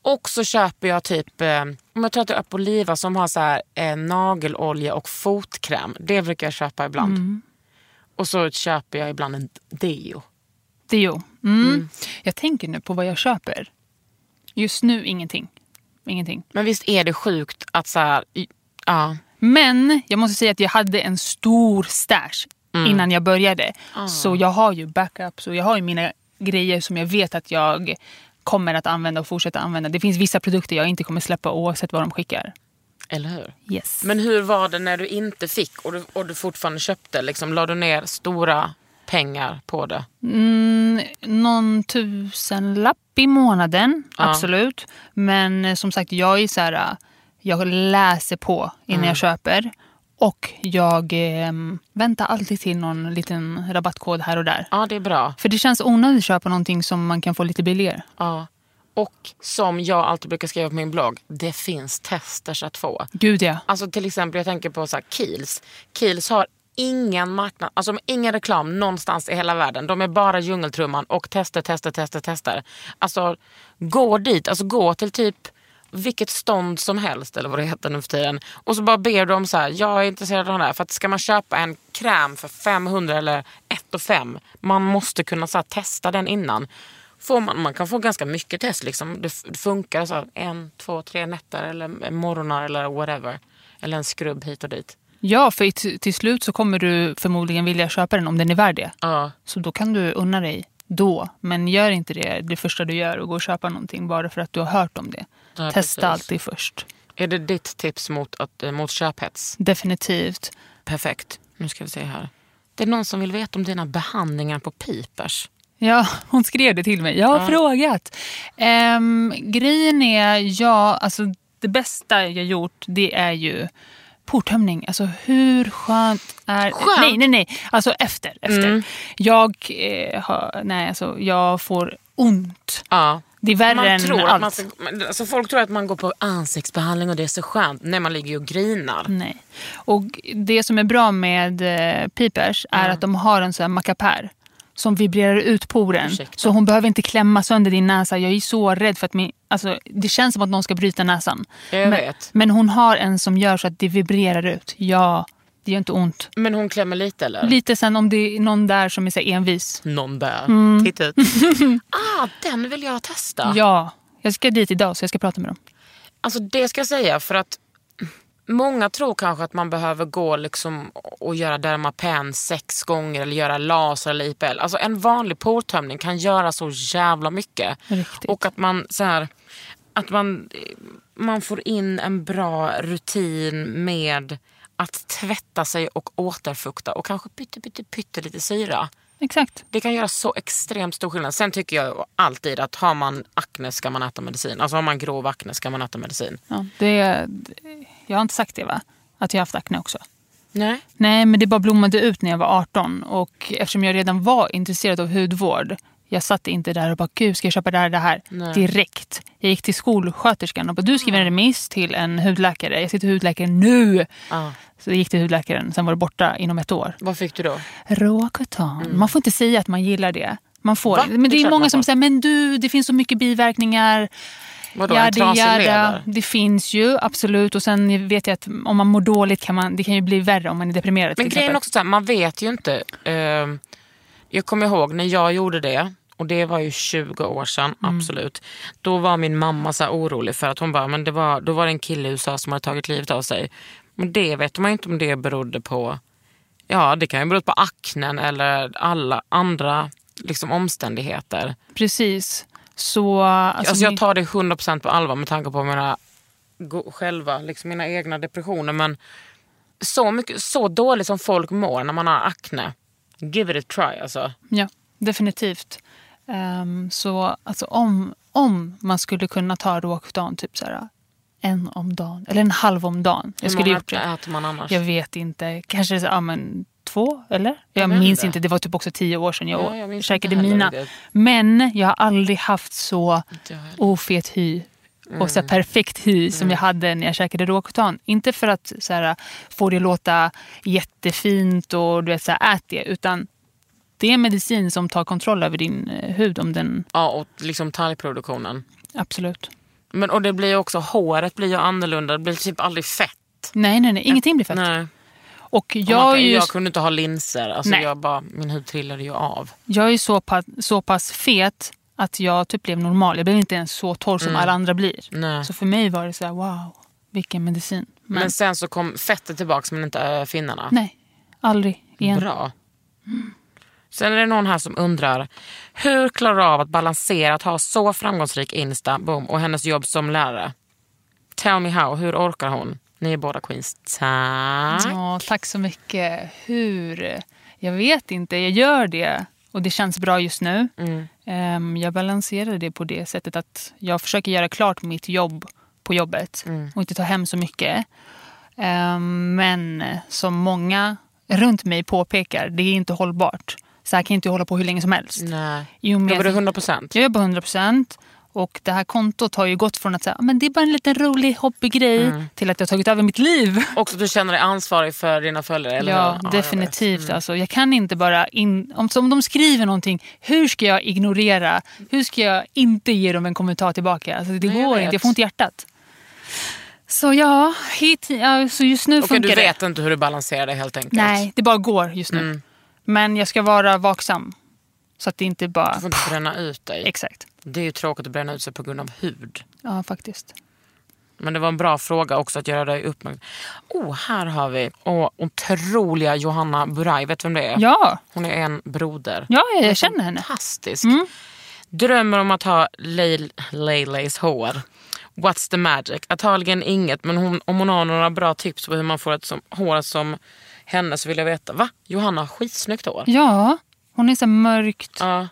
Och så köper jag typ, eh, om jag tror att det är Apoliva som har så här, eh, nagelolja och fotkräm. Det brukar jag köpa ibland. Och så köper jag ibland en deo. Det är ju. Mm. Jag tänker nu på vad jag köper. Just nu ingenting. Ingenting. Men visst är det sjukt att så här, i- ja. Men jag måste säga att jag hade en stor stash innan jag började. Så jag har ju backups och jag har ju mina grejer som jag vet att jag kommer att använda och fortsätta använda. Det finns vissa produkter jag inte kommer släppa oavsett vad de skickar. Eller hur? Yes. Men hur var det när du inte fick och du, och du fortfarande köpte? Liksom, la du ner stora pengar på det? Mm, Någon tusenlapp i månaden, absolut. Men eh, som sagt, jag är så här, eh, jag läser på innan jag köper. Och jag eh, väntar alltid till någon liten rabattkod här och där. Ja, det är bra. För det känns onödigt att köpa någonting som man kan få lite billigare. Ja. Och som jag alltid brukar skriva på min blogg, det finns testers att få. Gud ja. Alltså till exempel, jag tänker på så här, Kiehl's. Kiehl's har ingen marknad, alltså de har ingen reklam någonstans i hela världen. De är bara djungeltrumman och tester, tester, tester, tester. Alltså gå dit, alltså gå till typ vilket stånd som helst eller vad det heter nu för tiden. Och så bara ber de så här, jag är intresserad av den här. För att ska man köpa en kräm för 500 eller 1 5, man måste kunna så här, testa den innan. Får man, man kan få ganska mycket test. Liksom. Det, f- det funkar så här, en, två, tre nätter eller morgnar eller whatever. Eller en skrubb hit och dit. Ja, för i t- till slut så kommer du förmodligen vilja köpa den om den är värd det. Ja. Så då kan du unna dig då. Men gör inte det det första du gör och gå och köpa någonting bara för att du har hört om det. Ja, Testa precis. alltid först. Är det ditt tips mot, att, eh, mot köphets? Definitivt. Perfekt. Nu ska vi se här. Det är någon som vill veta om dina behandlingar på pipers. Ja, hon skrev det till mig. Jag har frågat. Ehm, grejen är, ja, alltså det bästa jag gjort det är ju portömning. Alltså hur skönt är... Skönt? Mm. Nej, nej, nej. Alltså efter. efter. Jag, eh, har, nej, alltså, jag får ont. Ja. Det är värre Man än tror allt. att man ska, men, alltså folk tror att man går på ansiktsbehandling och det är så skönt när man ligger och grinar. Nej. Och det som är bra med eh, Pipers är Mm. att de har en sån här mackapär som vibrerar ut poren. Ursäkta. Så hon behöver inte klämma sönder din näsa. Jag är så rädd för att min, alltså, det känns som att någon ska bryta näsan. Jag men, vet. men hon har en som gör så att det vibrerar ut. Ja, det gör inte ont. Men hon klämmer lite eller? Lite sen om det är någon där som är så här envis. Någon där. Titta ut. ah, den vill jag testa. Ja, jag ska dit idag så jag ska prata med dem. Alltså det ska jag säga för att många tror kanske att man behöver gå liksom och göra Dermapen sex gånger eller göra laser eller IPL. Alltså en vanlig portömning kan göra så jävla mycket. Riktigt. Och att man så här, att man, man får in en bra rutin med att tvätta sig och återfukta och kanske pytte, pytte, pytte lite syra. Exakt. Det kan göra så extremt stor skillnad. Sen tycker jag alltid att har man akne ska man äta medicin. Alltså har man grov akne ska man äta medicin. Ja, det, jag har inte sagt det va? Att jag har haft akne också. Nej. Nej, men det bara blommade ut när jag var 18. Och eftersom jag redan var intresserad av hudvård. Jag satt inte där och bara, gud ska jag köpa det här det här? Direkt. Jag gick till skolsköterskan och bara, du skriver en remiss till en hudläkare. Jag sitter hudläkare nu. Så jag gick till hudläkaren, sen var det borta inom ett år. Vad fick du då? Roakutan. Man får inte säga att man gillar det. Man får. Mm. Va? Men det, Det är är klart många man som får. säger, men du, det finns så mycket biverkningar. Vadå, en Jada, trasig jada. lever? Det finns ju, absolut. Och sen vet jag att om man mår dåligt kan man, det kan ju bli värre om man är deprimerad. Men till grejen är exempel. också så här, man vet ju inte. Ehm, jag kommer ihåg när jag gjorde det, och det var ju 20 år sedan, absolut. Då var min mamma så här orolig för att hon bara, men det var, då var det en kille i USA som hade tagit livet av sig. Men det vet man ju inte om det berodde på, ja det kan ju bero på aknen eller alla andra liksom, omständigheter. Precis. Så... Alltså, Alltså jag ni- tar det 100% på allvar med tanke på mina go- själva, liksom mina egna depressioner. Men så, mycket, så dåligt som folk mår när man har akne. Give it a try alltså. Ja, definitivt. Ehm, så alltså, om, om man skulle kunna ta Roacutan typ så här, en om dagen, eller en halv om dagen. Jag skulle Hur många gjort det. äter man annars? Jag vet inte. Kanske så, ja, men, två, eller? Jag, vet minns inte. inte. Det var typ också tio år sedan jag, Ja, jag minns käkade inte heller mina. det. Men jag har aldrig haft så Inte jag heller. Mm. ofet hy och så här perfekt hy som jag hade när jag käkade Roacutan. Inte för att så här, få det låta jättefint och du vet, så här, ät det. Utan det är en medicin som tar kontroll över din eh, hud om den... Ja, och liksom talgproduktionen. Absolut. Men, och det blir ju också, håret blir ju annorlunda. Det blir typ aldrig fett. Nej, nej, nej. Ingenting blir fett. Nej. Och Och man jag är kan, ju... jag kunde inte ha linser. Alltså Nej. jag bara, min hud trillade ju av. Jag är så pass, så pass fet att jag typ blev normal. Jag blev inte ens så torr som alla andra blir. Mm. Nej. Så för mig var det så här, wow, vilken medicin. Men, Men, sen så kom fettet tillbaka men inte äh, finnarna. nej, aldrig igen. Bra. Sen är det någon här som undrar, hur klarar du av att balansera att ha så framgångsrik Insta boom, och hennes jobb som lärare? Tell me how, hur orkar hon? Ni är båda queens. Tack. Ja, tack så mycket. Hur? Jag vet inte. Jag gör det och det känns bra just nu. Mm. Ehm, Jag balanserar det på det sättet att jag försöker göra klart mitt jobb på jobbet Mm. och inte ta hem så mycket. Ehm, Men som många runt mig påpekar, det är inte hållbart. Så här kan jag inte hålla på hur länge som helst. Nej. Jo, men Jobbar du jag- 100 procent? jag jobbar 100 procent. Och det här kontot har ju gått från att säga, men det är bara en liten rolig hobbygrej Mm. till att jag har tagit över mitt liv. Också att du känner dig ansvarig för dina följare. Eller Ja, hur? jag Mm. definitivt. Jag, alltså, jag kan inte bara... In, om, om de skriver någonting, hur ska jag ignorera? Hur ska jag inte ge dem en kommentar tillbaka? Alltså, det Nej, jag går vet. inte, jag får inte hjärtat. Så ja, hit, ja så just nu vet. Okej, funkar du det. vet Mm. inte hur du balanserar det helt enkelt. Nej, det bara går just nu. Men jag ska vara vaksam. Så att det inte bara... Du får inte bränna ut dig. Exakt. Alltså, Det är ju tråkigt att bränna ut sig på grund av hud. Ja, faktiskt. Men det var en bra fråga också att göra dig uppmärksam. Oh, här har vi Åh, otroliga Johanna Buraj. Vet du vem det är? Ja, Hon är en broder. ja jag, jag känner henne. Mm. Fantastisk. Drömmer om att ha Leil- Leileis hår. What's the magic? Antagligen inget, men hon, om hon har några bra tips på hur man får ett som, hår som henne så vill jag veta. Va? Johanna har skitsnyggt hår. Ja, hon är så mörkt... Ja,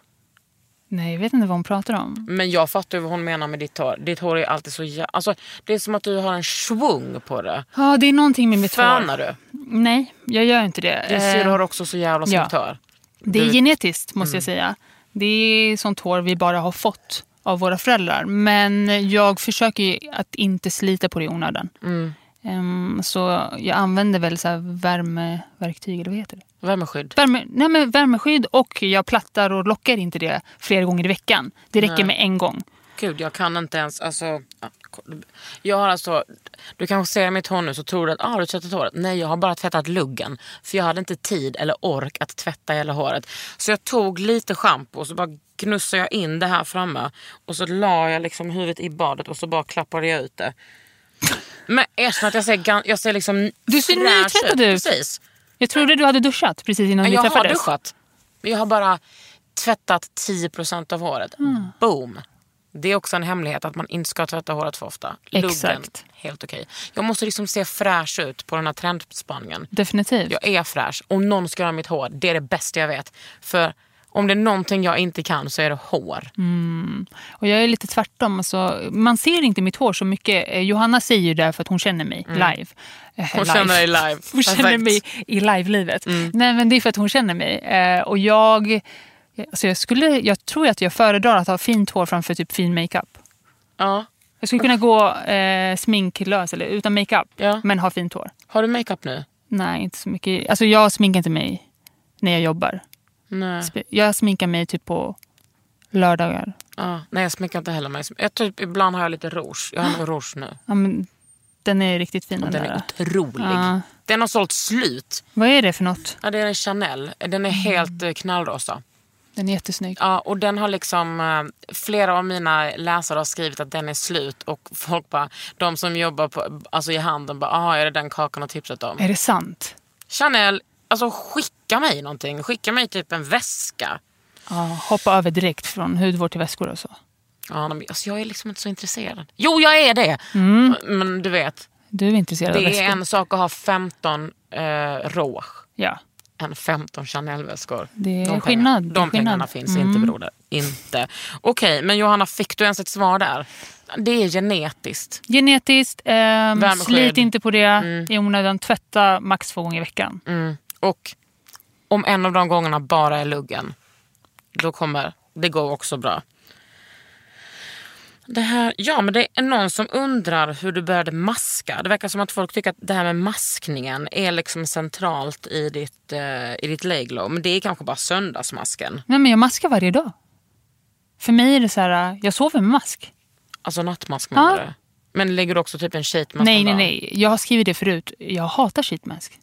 Nej, jag vet inte vad hon pratar om. men jag fattar ju vad hon menar med ditt hår. Ditt hår är alltid så jä- alltså, Det är som att du har en svung på det. Ja, det är någonting med mitt hår. Fönar du? Nej, jag gör inte det. Din Eh, syrra har också så jävla ja. snyggt hår. Det Du- är Mm. genetiskt måste jag säga. Det är sånt hår vi bara har fått av våra föräldrar. Men jag försöker ju att inte slita på det i onödan. Mm. Ehm, så jag använder väl så här värmeverktyg, eller vad heter det? Värmeskydd. Värme, nej men värmeskydd och jag plattar och lockar inte det flera gånger i veckan. Det räcker med en gång. Gud, jag kan inte ens... Alltså, jag har alltså... Du kanske ser mitt hår nu så tror du att ah, har du tvättat håret. Nej, jag har bara tvättat luggen. För jag hade inte tid eller ork att tvätta hela håret. Så jag tog lite schampo och så bara gnussade jag in det här framme. Och så la jag liksom huvudet i badet och så bara klappade jag ut det. Men erkänn att jag ser, gan- jag ser liksom Du ser fräsch nytvättad ut. Precis. Jag trodde du hade duschat precis innan vi jag har träffades. duschat. Men Jag har bara tvättat 10% av håret. Mm. Boom. Det är också en hemlighet att man inte ska tvätta håret för ofta. Luggen, Exakt. helt okej. Jag måste liksom se fräsch ut på den här trendspaningen. Definitivt. Jag är fräsch. Om någon ska göra mitt hår, det är det bästa jag vet. För om det är någonting jag inte kan så är det hår. Mm. Och jag är lite tvärtom. Alltså, man ser inte mitt hår så mycket. Eh, Johanna säger ju det för att hon känner mig live. Eh, Mm. Hon känner dig live. Hon känner Perfekt. Mm. mig i live-livet. Nej, men det är för att hon känner mig. Eh, och jag, alltså jag, skulle, jag tror att jag föredrar att ha fint hår framför typ fin makeup. Ja. Jag skulle kunna gå eh, sminklös eller utan makeup, Ja. men ha fint hår. Har du makeup nu? Nej, inte så mycket. Alltså jag sminkar inte mig när jag jobbar. Nej. Sp- Jag sminkar mig typ på lördagar. Ja. Nej, jag sminkar inte heller mig. Jag typ, ibland har jag lite rouge. Jag Ah. har nog rouge nu. Ja, men, den är riktigt fin den Den där. är otrolig. Ja. Den har sålt slut. Vad är det för något? Ja, det är en Chanel. Den är helt eh, knallrosa. Den är jättesnygg. Ja, och den har liksom, eh, flera av mina läsare har skrivit att den är slut och folk bara, de som jobbar på, alltså i handeln bara, aha är det den Kakan har tipsat om? Är det sant? Chanel, alltså skicka mig någonting. Skicka mig typ en väska. Ja, hoppa över direkt från hudvård till väskor och så. Ja, men alltså jag är liksom inte så intresserad. Jo, jag är det! Men du vet, Du är intresserad av det väskor? är en sak att ha 15 eh, rouge Ja. än 15 Chanel-väskor. Det är de skillnad, det är de pengarna skillnad. Mm. finns inte broder. Inte. Okej, men Johanna, fick du ens ett svar där? Det är genetiskt. Genetiskt, ehm, Värmeskydd. slit inte på det i onödan. Tvätta max två gånger i veckan. Mm. Och om en av de gångerna bara är luggen, då kommer det går också bra. Det här, ja, men det är någon som undrar hur du började maska. Det verkar som att folk tycker att det här med maskningen är liksom centralt i ditt, eh, i ditt leglo. Men det är kanske bara söndagsmasken. Nej, men jag maskar varje dag. För mig är det så här, jag sover med mask. Alltså nattmask Ja. menar du? Men lägger du också typ en sheetmask nej, om nej, dagen? nej. Jag har skrivit det förut. Jag hatar sheetmask.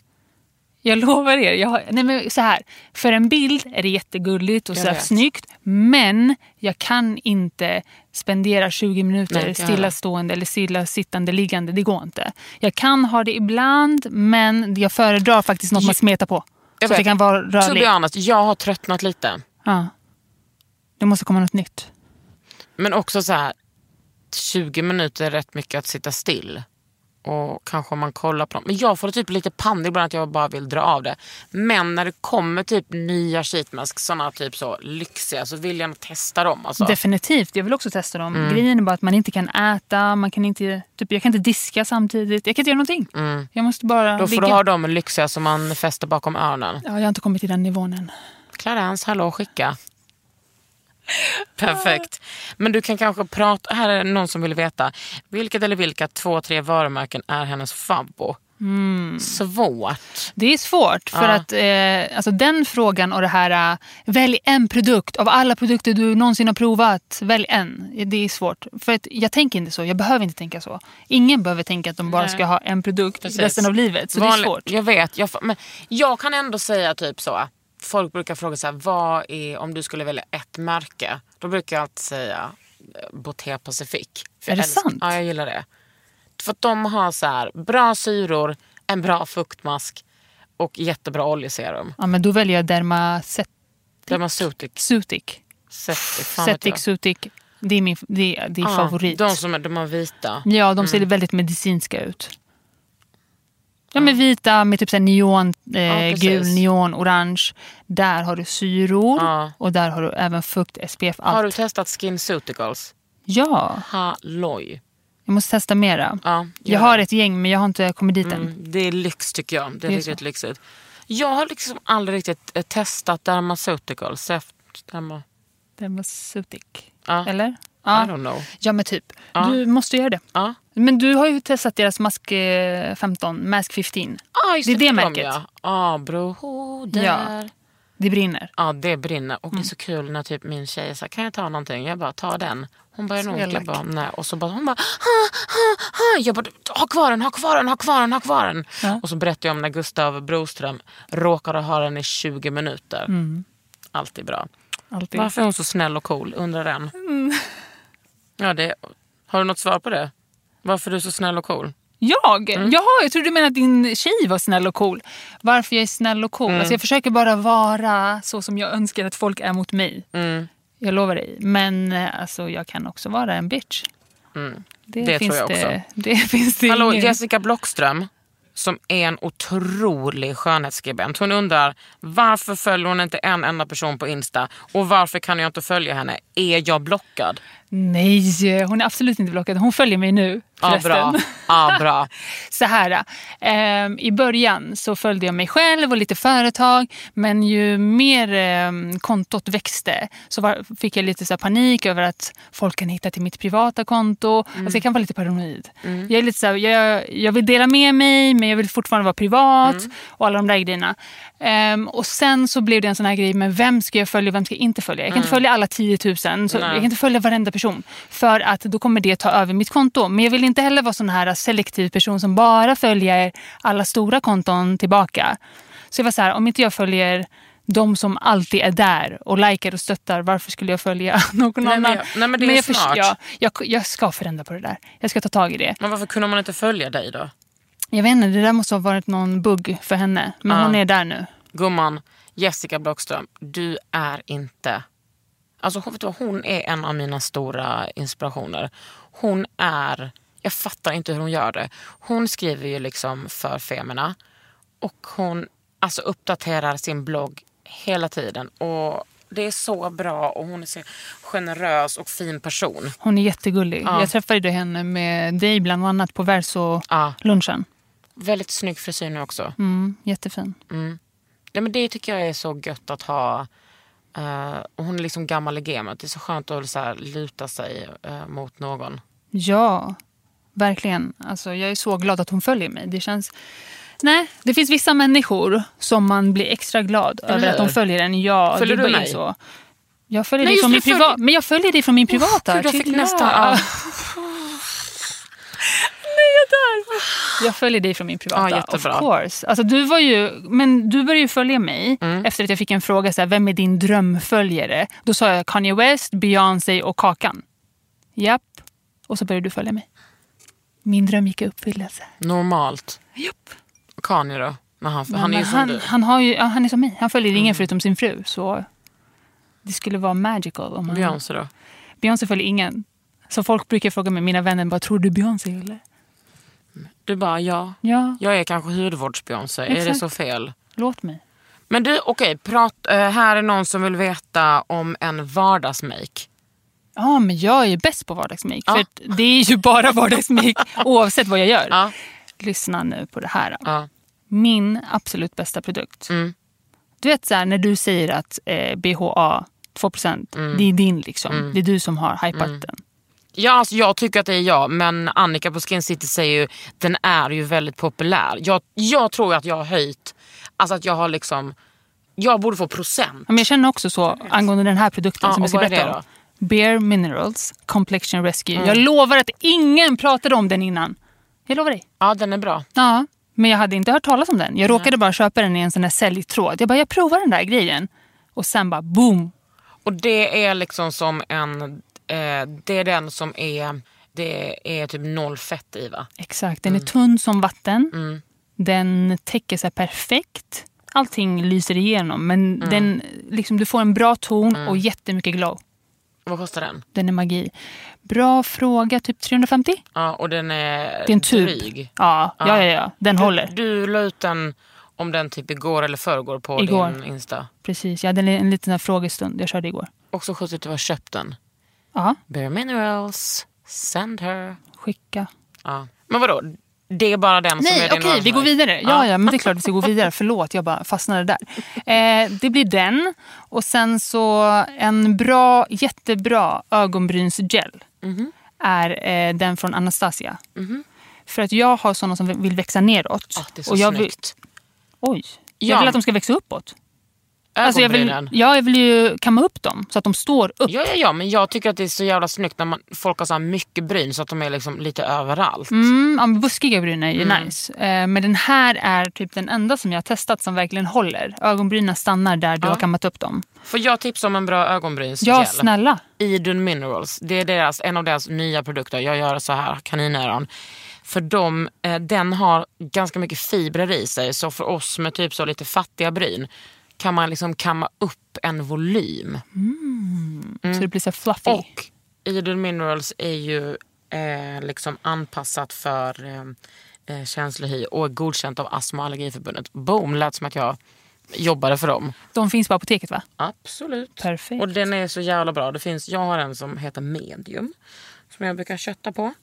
Jag lovar er. Jag har, nej, men så här. För en bild är det jättegulligt och Jag så här, vet. snyggt. Men jag kan inte spendera 20 Nej, minuter inte jag heller. stillastående eller stilla sittande liggande. Det går inte. Jag kan ha det ibland, men jag föredrar faktiskt något man smetar på. Jag så att vet. jag kan vara To rörlig. be honest, jag har tröttnat lite. Ja. Det måste komma något nytt. Men också så här, 20 minuter är rätt mycket att sitta still. Och kanske om man kollar på dem. Men jag får typ lite panik ibland att jag bara vill dra av det. Men när det kommer typ nya sheetmask, såna typ så lyxiga, så vill jag nog testa dem. Alltså. Definitivt. Jag vill också testa dem. Mm. Grejen är bara att man inte kan äta. Man kan inte, typ, jag kan inte diska samtidigt. Jag kan inte göra någonting. Jag måste bara Mm. Då får ligga. du ha de lyxiga som man fäster bakom öronen. ja, jag har inte kommit till den nivån än. Clarence, hallå skicka. Perfekt. Men du kan kanske prata, här är någon som vill veta. Vilket eller vilka två, tre varumärken är hennes favvo? Mm. Svårt. Det är svårt för Ja. att eh, alltså den frågan och det här eh, välj en produkt av alla produkter du någonsin har provat. Välj en. Det är svårt. För att jag tänker inte så. Jag behöver inte tänka så. Ingen behöver tänka att de bara Nej. ska ha en produkt Precis. resten av livet. Så det Vanlig- är svårt. Jag vet, jag, fa- men jag kan ändå säga typ så. Folk brukar fråga så här, vad är om du skulle välja ett märke? Då brukar jag alltid säga eh, Bottega Pacific. För Är jag det älskar- sant? Ja, jag gillar det. För att de har så här, bra syror, en bra fuktmask och jättebra oljeserum. Ja, men då väljer jag Dermacetic. Dermacetic. Septic. fan vet Cetic, jag. Sutic. Det är min det, är- det är Ja, favorit. De Mm. som är, de har vita. Ja, de ser väldigt medicinska ut. Ja, men vita med typ så här neon, eh, Mm. Ja, precis. gul, neon, orange. Där har du syror Ja. och där har du även fukt, SPF, allt. Har du testat SkinCeuticals? Ja, Halloj. jag måste testa mera. Ja, gör jag har det. ett gäng men jag har inte kommit dit än. Mm, det är lyx tycker jag. Det är, Det är riktigt lyxigt. Jag har liksom aldrig riktigt eh, testat Dermaceuticals. Seft- Derma, Dermasutic. Ja. Eller? I don't Ja. know. ja, men typ. Ja. Du måste göra det. Ja, Men du har ju testat deras Mask eh, 15, Mask 15. ah, just Det är det de, märket. Ja, ah, broder. Ja. Ja. Det brinner. det brinner. Och det är så kul när typ min tjej säger kan jag ta någonting? Jag bara, ta den. Hon bara, är det Så något? Jag elak. bara, nej. Och så bara, hon bara, ha, ha, ha. Jag bara, ha kvar den, ha kvar den, ha kvar den, ha kvar den. Ja. Och så berättar jag om när Gustav Broström råkade ha den i 20 minuter. Alltid bra. Alltid. Varför är hon så snäll och cool? Undrar den. Ja, det, har du något svar på det? Varför är du så snäll och cool? Jag? Mm. Jaha, jag trodde du menade att din tjej var snäll och cool. Varför jag är snäll och Mm. cool? Alltså jag försöker bara vara så som jag önskar att folk är mot mig. Mm. Jag lovar dig. Men eh, alltså, jag kan också vara en bitch. Det, Mm. Det finns tror jag det, Det finns det Hallå, ingen- Jessica Blockström, som är en otrolig skönhetsskribent. Hon undrar varför följer hon inte en enda person på Insta och varför kan jag inte följa henne? Är jag blockad? Nej, hon är absolut inte blockad. Hon följer mig nu. Ja, förresten. bra. Ja, bra. Så här, ehm, I början så följde jag mig själv och lite företag. Men ju mer ehm, kontot växte så var, fick jag lite så här panik över att folk kan hitta till mitt privata konto. Alltså jag kan vara lite paranoid. Jag, är lite så här, jag, jag vill dela med mig men jag vill fortfarande vara privat. Och alla de där grejerna. Ehm, och sen så blev det en sån här grej med vem ska jag följa och vem ska jag inte följa. Jag kan inte följa alla 10 000. Så jag kan inte följa varenda person. För att då kommer det ta över mitt konto. Men jag vill inte heller vara sån här selektiv person som bara följer alla stora konton tillbaka. Så jag var så här, om inte jag följer de som alltid är där och likar och stöttar, varför skulle jag följa någon Nej, men annan? jag- nej, men det är jag, förs- smart. ja, jag, jag ska förändra på det där. Jag ska ta tag i det. Men varför kunde man inte följa dig då? Jag vet inte, det där måste ha varit någon bugg för henne. Men Ja. hon är där nu. Gumman, Jessica Blockström, du är inte... Alltså hon, vet du vad, hon är en av mina stora inspirationer. Hon är... Jag fattar inte hur hon gör det. Hon skriver ju liksom för Femina. Och hon alltså, uppdaterar sin blogg hela tiden. Och Det är så bra och hon är så generös och fin person. Hon är jättegullig. Ja. Jag träffade ju henne med dig bland annat på Ja. Verso-lunchen. Väldigt snygg frisyr nu också. Mm, jättefin. Ja, men det tycker jag är så gött att ha. Eh, och hon är liksom gammal i gamet. Det är så skönt att så här, luta sig eh, mot någon. Ja, verkligen. Alltså, jag är så glad att hon följer mig. Det känns... Nej, det finns vissa människor som man blir extra glad över att de hur? följer en. Ja, Följer det du bara är mig? Så. Jag följer Nej, dig just från det, min följ- privata... Men jag följer dig från min privata. Gud, jag fick Titta. nästan... Ja, Jag följer dig från min privata. Ja, jättebra. Of course. Alltså, du, var ju, men du började ju följa mig Mm. efter att jag fick en fråga. Så här, vem är din drömföljare? Då sa jag Kanye West, Beyoncé och Kakan. Japp. Och så började du följa mig. Min dröm gick i uppfyllelse. normalt. Kanye då? Men han, han är ju Men som han, du. Mm. han, har ju, ja, han är som mig. Han följer ingen förutom sin fru. Så det skulle vara magical. Om han, Beyoncé då? Beyoncé följer ingen. Så folk brukar fråga mig, mina vänner, bara, tror du Beyoncé eller? Du bara, ja. Ja, Jag är kanske hudvårds-Beyoncé. Är det Exakt. så fel? låt mig. Men du, okej. prat- eh, här är någon som vill veta om en vardagsmake. Ja, men jag är bäst på vardagsmake. Ja. För att det är ju bara vardagsmake oavsett vad jag gör. Ja. Lyssna nu på det här. då. Ja. Mm. Min absolut bästa produkt. Du vet så här, när du säger att eh, BHA 2 procent. Mm. Det är din liksom. Det är du som har hypat den. Ja, alltså jag tycker att det är jag, men Annika på Skin City säger ju den är ju väldigt populär. Jag, jag tror att jag har höjt, alltså att jag har liksom, jag borde få procent. Ja, Men jag känner också så angående den här produkten Ja, som och jag ska vad är berätta det Mm. om. Bare Minerals Complexion Rescue. Jag lovar att ingen pratade om den innan. Jag lovar dig. Ja, den är bra. Ja, men jag hade inte hört talas om den. Jag råkade bara köpa den i en sån där säljtråd. Jag bara, jag provar den där grejen. Och sen bara boom. Och det är liksom som en, eh, det är den som är, det är typ noll fett i va? Exakt, Mm. den är tunn som vatten. Den täcker sig perfekt. Allting lyser igenom. Men Mm. den, liksom, du får en bra ton och jättemycket glow. Vad kostar den? Den är magi. Bra fråga, typ 350? Ja, och den är, Det är en tub. dryg. Ja, ja, ja, ja. Den håller. Du la ut den om den typ igår eller förrgår på Igår. din Insta. Precis, jag hade en- en liten sån här frågestund. Jag körde igår. Också sjukt att du har köpt den. Ja, Bare Minerals, send her. skicka. Ja. Men vadå? Det är bara den som Nej, är din okej, vi går vidare. Ja, ja, men det är klart vi ska gå vidare. Förlåt, jag bara fastnade där. Eh, det blir den. Och sen så en bra, jättebra ögonbrynsgel Mhm. är eh, den från Anastasia. För att jag har såna som vill växa neråt. Ah, det är så jag vill, snyggt. oj, jag Ja. vill att de ska växa uppåt. Alltså jag, Ögonbrynen. vill, ja, jag vill ju kamma upp dem så att de står upp. Ja, ja, ja, men jag tycker att det är så jävla snyggt när man, folk har så här mycket bryn så att de är liksom lite överallt. Mm, ja, men buskiga bryn är ju Mm. nice. Eh, men den här är typ den enda som jag har testat som verkligen håller. Ögonbrynen stannar där du har kammat upp dem. Får jag tipsa om en bra ögonbrynsgel? Ja, snälla. Idun Minerals. Det är deras, en av deras nya produkter. Jag gör så här, kaninöron. För de, eh, den har ganska mycket fibrer i sig. Så för oss med typ så lite fattiga bryn kan man liksom kamma upp en volym. Mm. Så det blir så här fluffy. Och Idun Minerals är ju eh, liksom anpassat för eh, eh, känslig hy och är godkänt av Astma och Allergiförbundet. Boom, lät som att jag jobbade för dem. De finns på apoteket va? Absolut. Perfekt. Och den är så jävla bra. Det finns, jag har en som heter Medium som jag brukar kötta på.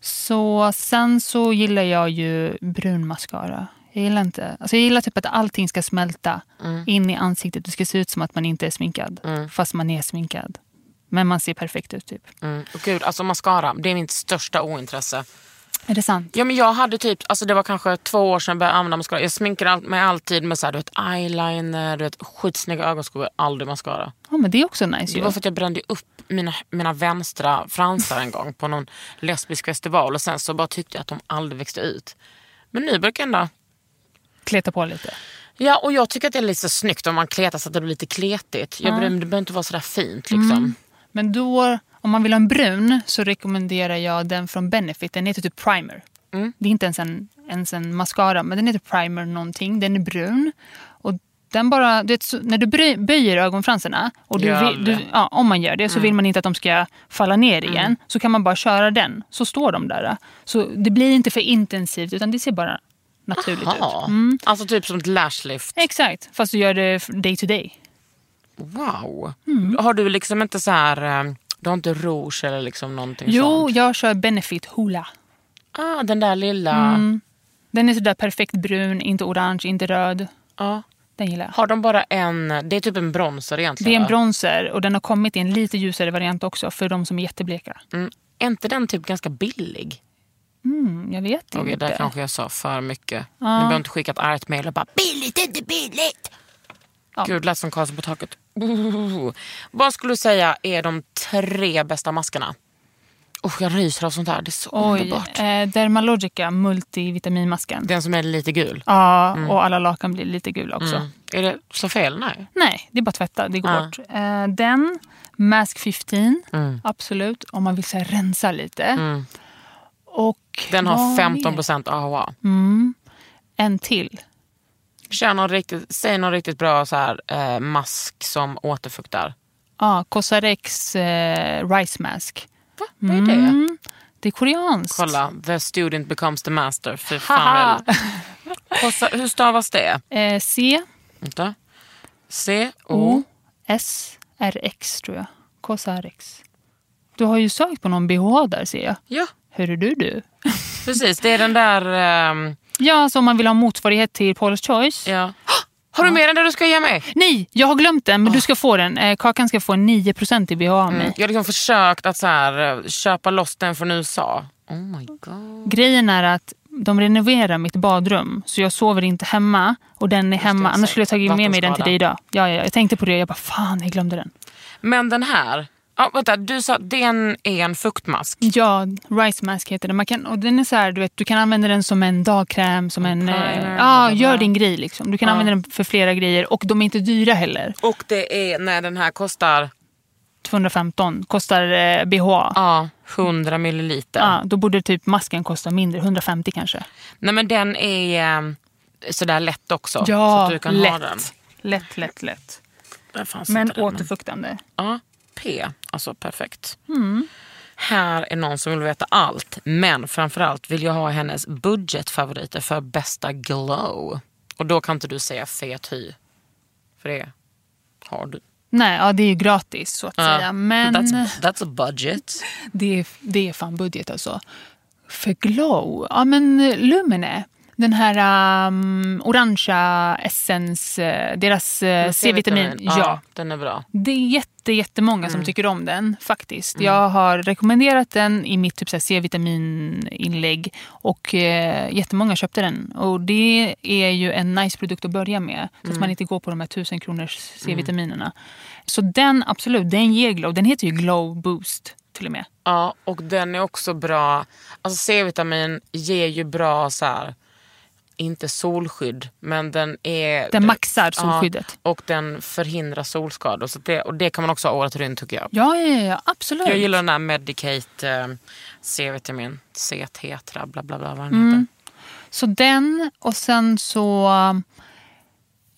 Så sen så gillar jag ju brun mascara. Jag gillar inte. Alltså jag gillar typ att allting ska smälta Mm. in i ansiktet. Det ska se ut som att man inte är sminkad. Fast man är sminkad. Men man ser perfekt ut typ. Mm. Och gud, alltså mascara, det är mitt största ointresse. Är det sant? Ja, men jag hade typ, alltså det var kanske två år sedan jag började använda mascara. Jag sminkar all, mig alltid med så här, du vet, eyeliner, du vet, skitsnygga ögonskuggor, aldrig mascara. Ja men det är också nice Det ju. var för att jag brände upp mina, mina vänstra fransar en gång på någon lesbisk festival och sen så bara tyckte jag att de aldrig växte ut. Men nu brukar jag ändå... Kleta på lite. Ja, och jag tycker att det är lite så snyggt om man kletar så att det blir lite kletigt. Jag bryr, det behöver inte vara sådär fint liksom. Mm, Men då, om man vill ha en brun så rekommenderar jag den från Benefit. Den heter typ Primer. Mm. Det är inte ens en, ens en mascara, men den heter Primer någonting. Den är brun. Och den bara, du vet, så, när du bry- böjer ögonfransarna, och du, Gör vill- du, det. Mm. ja, om man gör det, så vill man inte att de ska falla ner igen. Så kan man bara köra den, så står de där. Så det blir inte för intensivt, utan det ser bara naturligt Ja. ut. Mm. Alltså typ som ett lashlift. Exakt, fast du gör det f- day to day. Wow. Mm. Har du liksom inte så här... eh, Du har inte rouge eller liksom någonting Jo, sånt? jag kör Benefit Hoola. Ah, den där lilla... Mm. Den är sådär perfekt brun, inte orange, inte röd. Ja. Den gillar jag. Har de bara en... Det är typ en bronser egentligen Det är en va? bronzer och den har kommit i en lite ljusare variant också för de som är jättebleka. Mm. Är inte den typ ganska billig? Mm, jag vet Okej, inte. där kanske jag sa för mycket. Ni behöver inte skicka ett argt mejl och bara “billigt, inte billigt”. Gud, lät som Karlsson på taket. Ooh. Vad skulle du säga är de tre bästa maskerna? Usch, jag ryser av sånt här. Det är så Oj, underbart. eh, Dermalogica multivitaminmasken. Den som är lite gul. Ja, och alla lakan blir lite gula också. Mm. Är det så fel? Nej. Nej, det är bara tvätta. Det går Ja. Mm. bort. Eh, den, Mask 15, absolut. Om man vill så här, rensa lite. Och Den har vad 15 mer? procent AHA. En till. Kör någon riktigt, säg någon riktigt bra så här, eh, mask som återfuktar. Ja, Cosrx eh, Rice Mask. Mm. Va? Vad är det? Det är koreanskt. Kolla, the student becomes the master. Fy fan väl. Kossa- Hur stavas det? Eh, C Vänta. C, O. O S R X tror jag. KSRX. Du har ju sökt på någon BH där ser jag. Ja, Hur är du du? precis. Det är den där... ehm, Eh. Ja, så om man vill ha motsvarighet till Paul's Choice. ja. Har du med den där du ska ge mig? Nej, jag har glömt den, Ah. men du ska få den. Eh, Kakan ska få 9% i BHA av mig. Jag har liksom försökt att så här, eh, köpa loss den från USA. Oh my god. Grejen är att de renoverar mitt badrum, så jag sover inte hemma. Och den är hemma. det, Annars skulle jag tagit med mig den till vattenskada. dig idag. Ja, ja, ja, jag tänkte på det. Jag bara, fan, jag glömde den. Men den här. Ja, vänta, du sa att den är en fuktmask. Ja, Rice Mask heter den. Man kan, och den är så här, du, vet, du kan använda den som en dagkräm, som en... primer, eh, bla, Ja, bla, gör bla. din grej liksom. Du kan använda den för flera grejer och de är inte dyra heller. Och det är när den här kostar 215 kostar eh, BHA. ja, 100 milliliter. Ja, då borde typ masken kosta mindre, 150 kanske. Nej men den är eh, sådär lätt också. så Ja, att du kan lätt. ha den. lätt, lätt, lätt. Där fanns Men inte den, återfuktande. Ja, P. Alltså perfekt. Här är någon som vill veta allt. Men framförallt vill jag ha hennes budgetfavoriter för bästa glow. Och då kan inte du säga fet hy. För det har du. Nej, ja, det är ju gratis så att säga. Men That's, that's a budget. det är, det är fan budget alltså. För glow, ja men eh, Lumene. Den här um, orangea essens, eh, deras eh, C-vitamin. Ja, Ja, den är bra. Det är jätte, jättemånga som tycker om den faktiskt. Jag har rekommenderat den i mitt typ, så här C-vitamininlägg och eh, jättemånga köpte den. Och det är ju en nice produkt att börja med så att man inte går på de här 1000 kronors C-vitaminerna. Så den absolut, den ger glow. Den heter ju glow boost till och med. Ja, och den är också bra. Alltså C-vitamin ger ju bra så här, inte solskydd, men den är... Den maxar solskyddet. Ja, och den förhindrar solskador. Så det, och det kan man också ha året runt tycker jag. Ja, ja, ja, ja absolut. Jag gillar den där Medicate eh, C-vitamin, C-tetra, bla bla bla vad den Mm. heter. Så den och sen så...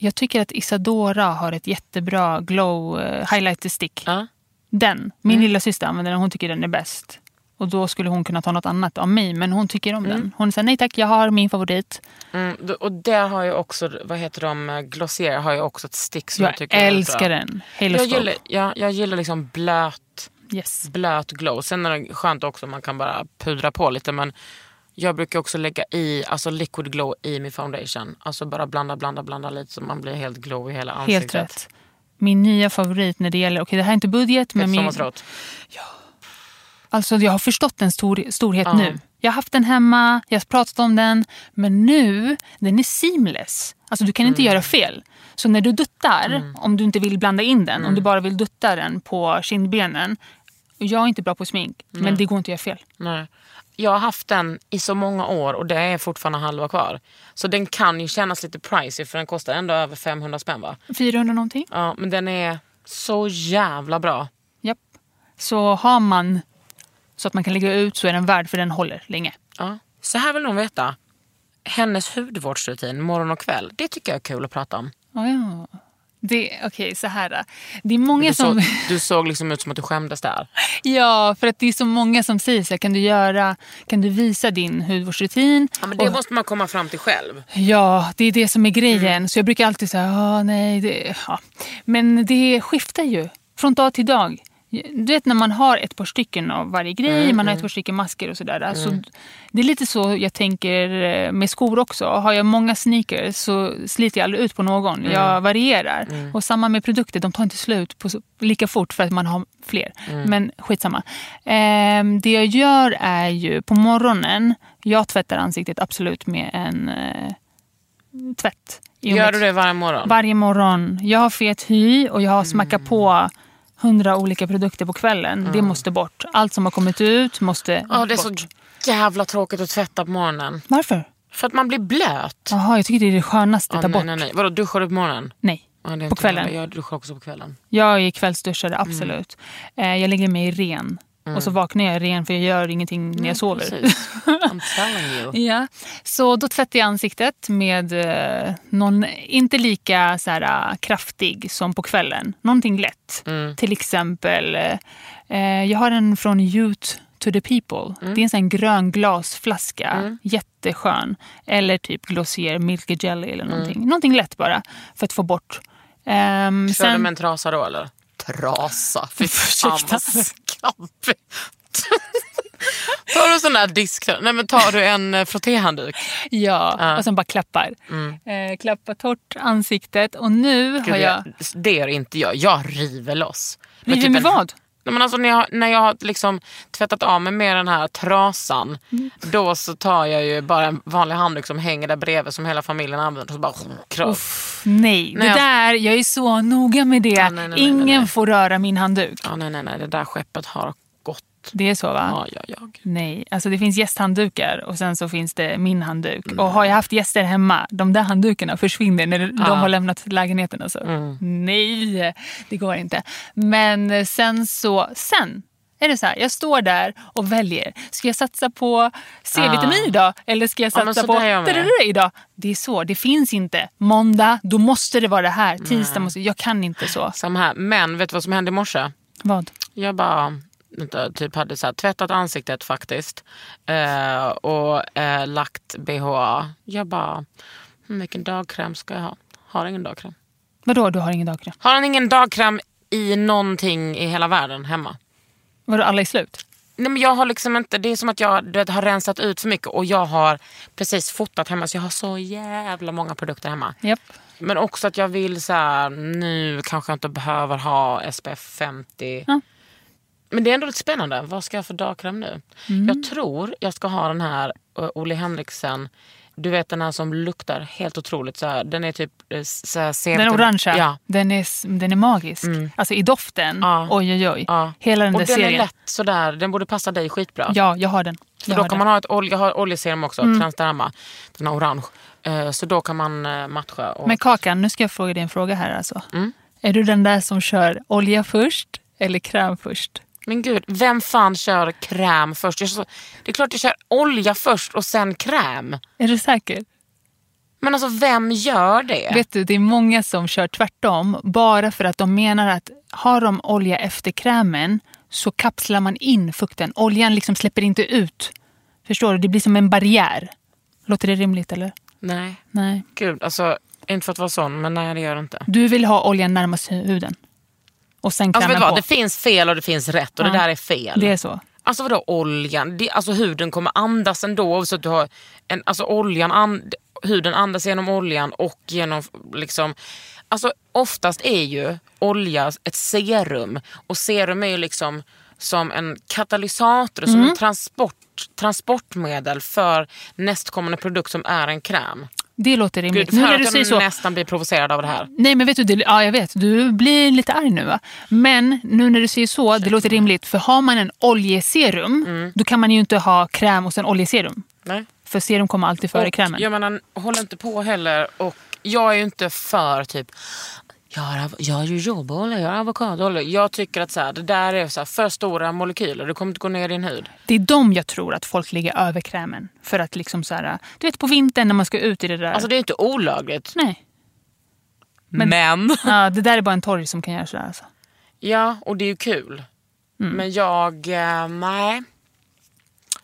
Jag tycker att Isadora har ett jättebra glow eh, highlighter stick. Ja. Mm. Den. Min lilla syster använder den. Hon tycker den är bäst. Och då skulle hon kunna ta något annat av mig. Men hon tycker om den. Hon säger nej tack, jag har min favorit. Mm, d- och där har jag också, vad heter de, eh, Glossier har jag också ett stick som jag, jag tycker är älskar bra. den. Jag Haloscope. gillar, ja, jag gillar liksom blöt Yes. blöt glow. Sen är det skönt också om man kan bara pudra på lite. Men jag brukar också lägga i alltså liquid glow i min foundation. Alltså bara blanda, blanda, blanda lite så man blir helt glow i hela Helt ansiktet. rätt. Min nya favorit när det gäller... Okej, det här är inte budget. Ett Men min, sommartrot. Alltså jag har förstått den stor, storhet Ja. nu. Jag har haft den hemma, jag har pratat om den. Men nu, den är seamless. Alltså du kan inte göra fel. Så när du duttar, om du inte vill blanda in den, om du bara vill dutta den på kindbenen. Och jag är inte bra på smink, men det går inte att göra fel. Nej. Jag har haft den i så många år och det är fortfarande halva kvar. Så den kan ju kännas lite pricey för den kostar ändå över 500 spänn va? 400 någonting. Ja, men den är så jävla bra. Japp. Så har man så att man kan lägga ut så är den värd för den håller länge. Ja. Så här vill hon veta. Hennes hudvårdsrutin morgon och kväll. Det tycker jag är kul att prata om. Ja, ja. Det, Okej, så här. då. Det är många Du som... såg, du såg liksom ut som att du skämdes där. Ja, för att det är så många som säger så här, kan du, göra, kan du visa din hudvårdsrutin? Ja, men det och, måste man komma fram till själv. ja, det är det som är grejen. Så jag brukar alltid säga, ja nej, det, ja. Men det skiftar ju från dag till dag. Du vet när man har ett par stycken av varje grej, man har ett par stycken masker och sådär. Så det är lite så jag tänker eh, med skor också. Har jag många sneakers så sliter jag aldrig ut på någon. Jag varierar. Och samma med produkter, de tar inte slut på så, lika fort för att man har fler. Men skitsamma. Ehm, det jag gör är ju på morgonen, jag tvättar ansiktet absolut med en eh, tvätt. I och med Gör att- du det Mm. varje morgon? varje morgon. Jag har fet hy och jag har smackat på hundra olika produkter på kvällen. Det måste bort. Allt som har kommit ut måste Mm. Ja, det är bort. så jävla tråkigt att tvätta på morgonen. Varför? För att man blir blöt. Jaha, jag tycker det är det skönaste. Ja, Ta nej, bort. nej, nej. Vadå, duschar du på morgonen? Nej. Ja, det är På inte jag. kvällen. Jag duschar också på kvällen. Jag är kvällsduschare, Mm. absolut. Eh, jag lägger mig ren. Och så vaknar jag ren för jag gör ingenting när jag sover. Precis. I'm telling you. Ja, så då tvättar jag ansiktet med eh, någon inte lika så här, eh, kraftig som på kvällen. Någonting lätt. Mm. Till exempel, eh, jag har en från Youth to the People. Mm. Det är en sån här grön glasflaska. Jätteskön. Eller typ Glossier Milky Jelly Mm. eller någonting. Någonting lätt bara för att få bort. Ehm, Kör du sen- med en trasa då eller? Trasa? Fy fan Ursäkta. vad skabbigt. Tar du sån där disk? Nej men tar du en eh, frottéhandduk? Ja, Ja. Mm. och sen bara klappar. Eh, klappar torrt ansiktet och nu har Gud, jag... jag, det gör inte jag. Jag river loss. Men River typ med en- vad? Nej, men alltså, när, jag, när jag har liksom tvättat av mig med den här trasan då så tar jag ju bara en vanlig handduk som hänger där bredvid som hela familjen använder och så bara krav. Nej, Nej, det jag- där, jag är så noga med det. Ja, nej, nej, nej, Ingen nej, nej. får röra min handduk. Ja, nej, nej, nej, det där skeppet har gått. Det är så va? Ja, ja, ja. gud. Nej, alltså det finns gästhanddukar och sen så finns det min handduk. Och har jag haft gäster hemma, de där handdukarna försvinner när de har lämnat lägenheten. Alltså. Nej, det går inte. Men sen så, sen är det så här, jag står där och väljer. Ska jag satsa på C-vitamin idag? Eller ska jag Ja, men satsa så på där gör man ju. dadadada idag? Det är så, det finns inte. Måndag, då måste det vara det här. Tisdag, måste, jag kan inte så. Samma här. Men vet du vad som hände i morse? Vad? Jag bara vänta, typ hade så här, tvättat ansiktet faktiskt eh, och eh, lagt BHA. Jag bara, "Hmm, vilken dagkräm ska jag ha? Har ingen dagkräm. Vadå, du har ingen dagkräm? Har han ingen dagkräm i någonting i hela världen hemma? Vadå, alla är slut? Nej, men jag har liksom inte, det är som att jag du vet, har rensat ut för mycket och jag har precis fotat hemma så jag har så jävla många produkter hemma. Japp. Men också att jag vill så här, nu kanske jag inte behöver ha SPF 50. Ja. Men det är ändå lite spännande. Vad ska jag ha för dagkräm nu? Mm. Jag tror jag ska ha den här eh, Olle Henriksen. Du vet den här som luktar helt otroligt. Så här, den är typ eh, så här, Den sent- är orangea. Ja. Mm. Den, är, s- den är magisk. Alltså i doften. Ja. Oj, oj, oj. ja. Hela den och där den serien. är lätt sådär. Den borde passa dig skitbra. Ja, Mm. jag har den. För Jag då har kan den. man ha ett olje, jag har oljeserum också, Transderma. Den har orange. Eh, Så då kan man eh, matcha. Och, Men Kakan, nu ska jag fråga dig en fråga här. Alltså. Mm. Är du den där som kör olja först eller kräm först? men gud, vem fan kör kräm först? Jag, så- det är klart jag kör olja först och sen kräm. Är du säker? Men alltså vem gör det? Vet du, det är många som kör tvärtom bara för att de menar att har de olja efter krämen så kapslar man in fukten. Oljan liksom släpper inte ut. Förstår du? Det blir som en barriär. Låter det rimligt eller? Nej, Nej. gud. Alltså, inte för att vara sån, men nej det gör det inte. Du vill ha oljan närmast huden. Och sen Alltså krämen vet du vad, på. det finns fel och det finns rätt och det Ja. där är fel. Det är så. Alltså vadå oljan? Det, alltså huden kommer andas ändå. Så att du har en, alltså oljan and, huden andas genom oljan och genom liksom... Alltså oftast är ju olja ett serum och serum är ju liksom som en katalysator, som Mm. en transport, transportmedel för nästkommande produkt som är en kräm. Det låter rimligt. Gud, nu nu när att du jag säger så. nästan blir provocerad av det här. Nej men vet du, det, ja jag vet. Du blir lite arg nu va? Men nu när du säger så, det låter rimligt. För har man en oljeserum, Mm. då kan man ju inte ha kräm och sen oljeserum. Nej. För serum kommer alltid före och, krämen. Jag menar, håll inte på heller. Och jag är ju inte för typ, jag har, av- jag har ju jordbollar, jag har avokadoolja. Jag tycker att så här, det där är så här, för stora molekyler, det kommer inte gå ner i din hud. Det är de jag tror att folk ligger över krämen. För att liksom så här, du vet på vintern när man ska ut i det där. Alltså det är inte olagligt. Nej. Men. Ja, det där är bara en torg som kan göra sådär alltså. Ja, och det är ju kul. Men jag, eh, nej.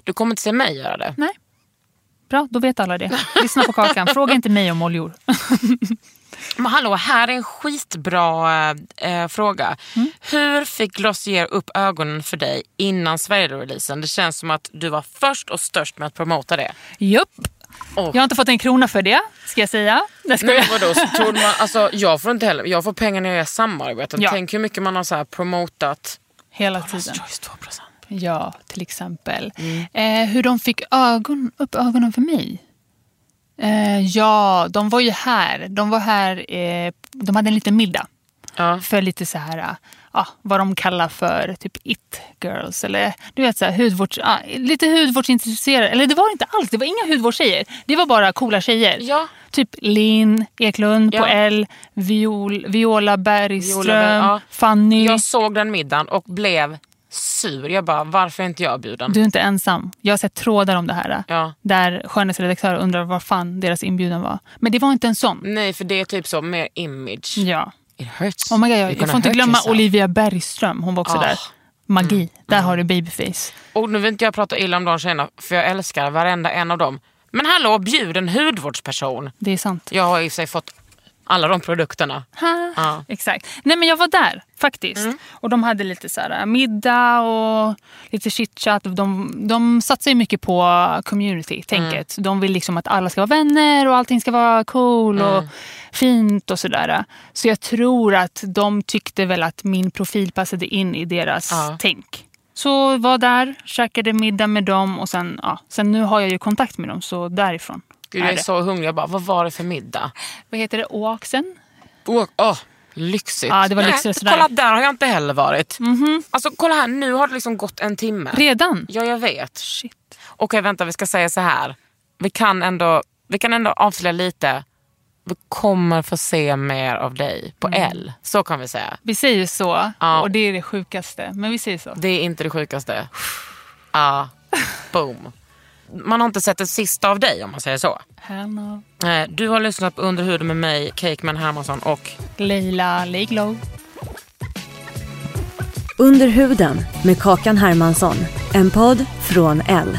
Du kommer inte se mig göra det. Nej. Bra, då vet alla det. Lyssna på Kakan. Fråga inte mig om oljor. Men hallå, här är en skitbra eh, fråga. Hur fick Glossier upp ögonen för dig innan Sverige-releasen? Det känns som att du var först och störst med att promota det. Jupp. Och- Jag har inte fått en krona för det, ska jag säga. Nej, ska Nej, jag. men vadå, så tror man, alltså, jag får inte heller, jag får pengar när jag är samarbeten. Ja. Tänk hur mycket man har så här promotat. Hela tiden. Honest Choice 2%. Ja, till exempel. Mm. Eh, hur de fick ögon, upp ögonen för mig? Eh, ja, de var ju här. De var här, eh, de hade en liten middag. Ja. För lite så här, ah, ah, vad de kallar för typ it girls. Eller du vet så här, hudvårds, ah, lite hudvårdsintresserade. Eller det var inte alls, det var inga hudvårdstjejer. Det var bara coola tjejer. Ja. Typ Linn Eklund på Ja. L, Viol, Viola Bergström, Viola Berg- ja. Fanny. Jag såg den middagen och blev sur. Jag bara, varför är inte jag bjuden? Du är inte ensam. Jag har sett trådar om det här. äh, Ja. Där skönhetsredaktörer undrar vad fan deras inbjudan var. Men det var inte en sån. Nej, för det är typ så, mer image. Ja. It hurts. Oh my God, You're jag, jag gonna får inte hurt glömma yourself. Olivia Bergström. Hon var också Ah. Mm. där. Magi. Där har du babyface. Och nu vill inte jag prata illa om de tjejerna, för jag älskar varenda en av dem. Men hallå, bjud en hudvårdsperson. Det är sant. Jag har i och för sig fått alla de produkterna. Ja. Mm. Exakt. Nej men jag var där faktiskt. Och de hade lite så här, äh, middag och lite chitchat. De, de satsar ju mycket på community-tänket. Mm. De vill liksom att alla ska vara vänner och allting ska vara cool Mm. och fint och sådär. Så jag tror att de tyckte väl att min profil passade in i deras Ja. tänk. Så var där, käkade middag med dem och sen, ja, sen nu har jag ju kontakt med dem så därifrån. Gud, jag är det. så hungrig. Jag bara, vad var det för middag? Vad heter det? Oaxen? Åh, åh, lyxigt. Ja, det var lyxigt Nej, sådär. Mhm. Kolla, där har jag inte heller varit. Alltså kolla här, nu har det liksom gått en timme. Redan? Ja, jag vet. Shit. Okej, vänta, vi ska säga så här. Vi kan ändå, vi kan ändå avslöja lite. Vi kommer få se mer av dig på Mm. L. Så kan vi säga. Vi säger så, Ja. och det är det sjukaste. Men vi säger så. Det är inte det sjukaste. Ja, boom. Man har inte sett det sista av dig om man säger så. Hanna, Eh, Du har lyssnat på Under huden med mig, Cakeman Hermansson och Leila, Liglow. Under huden med Kakan Hermansson. En podd från L.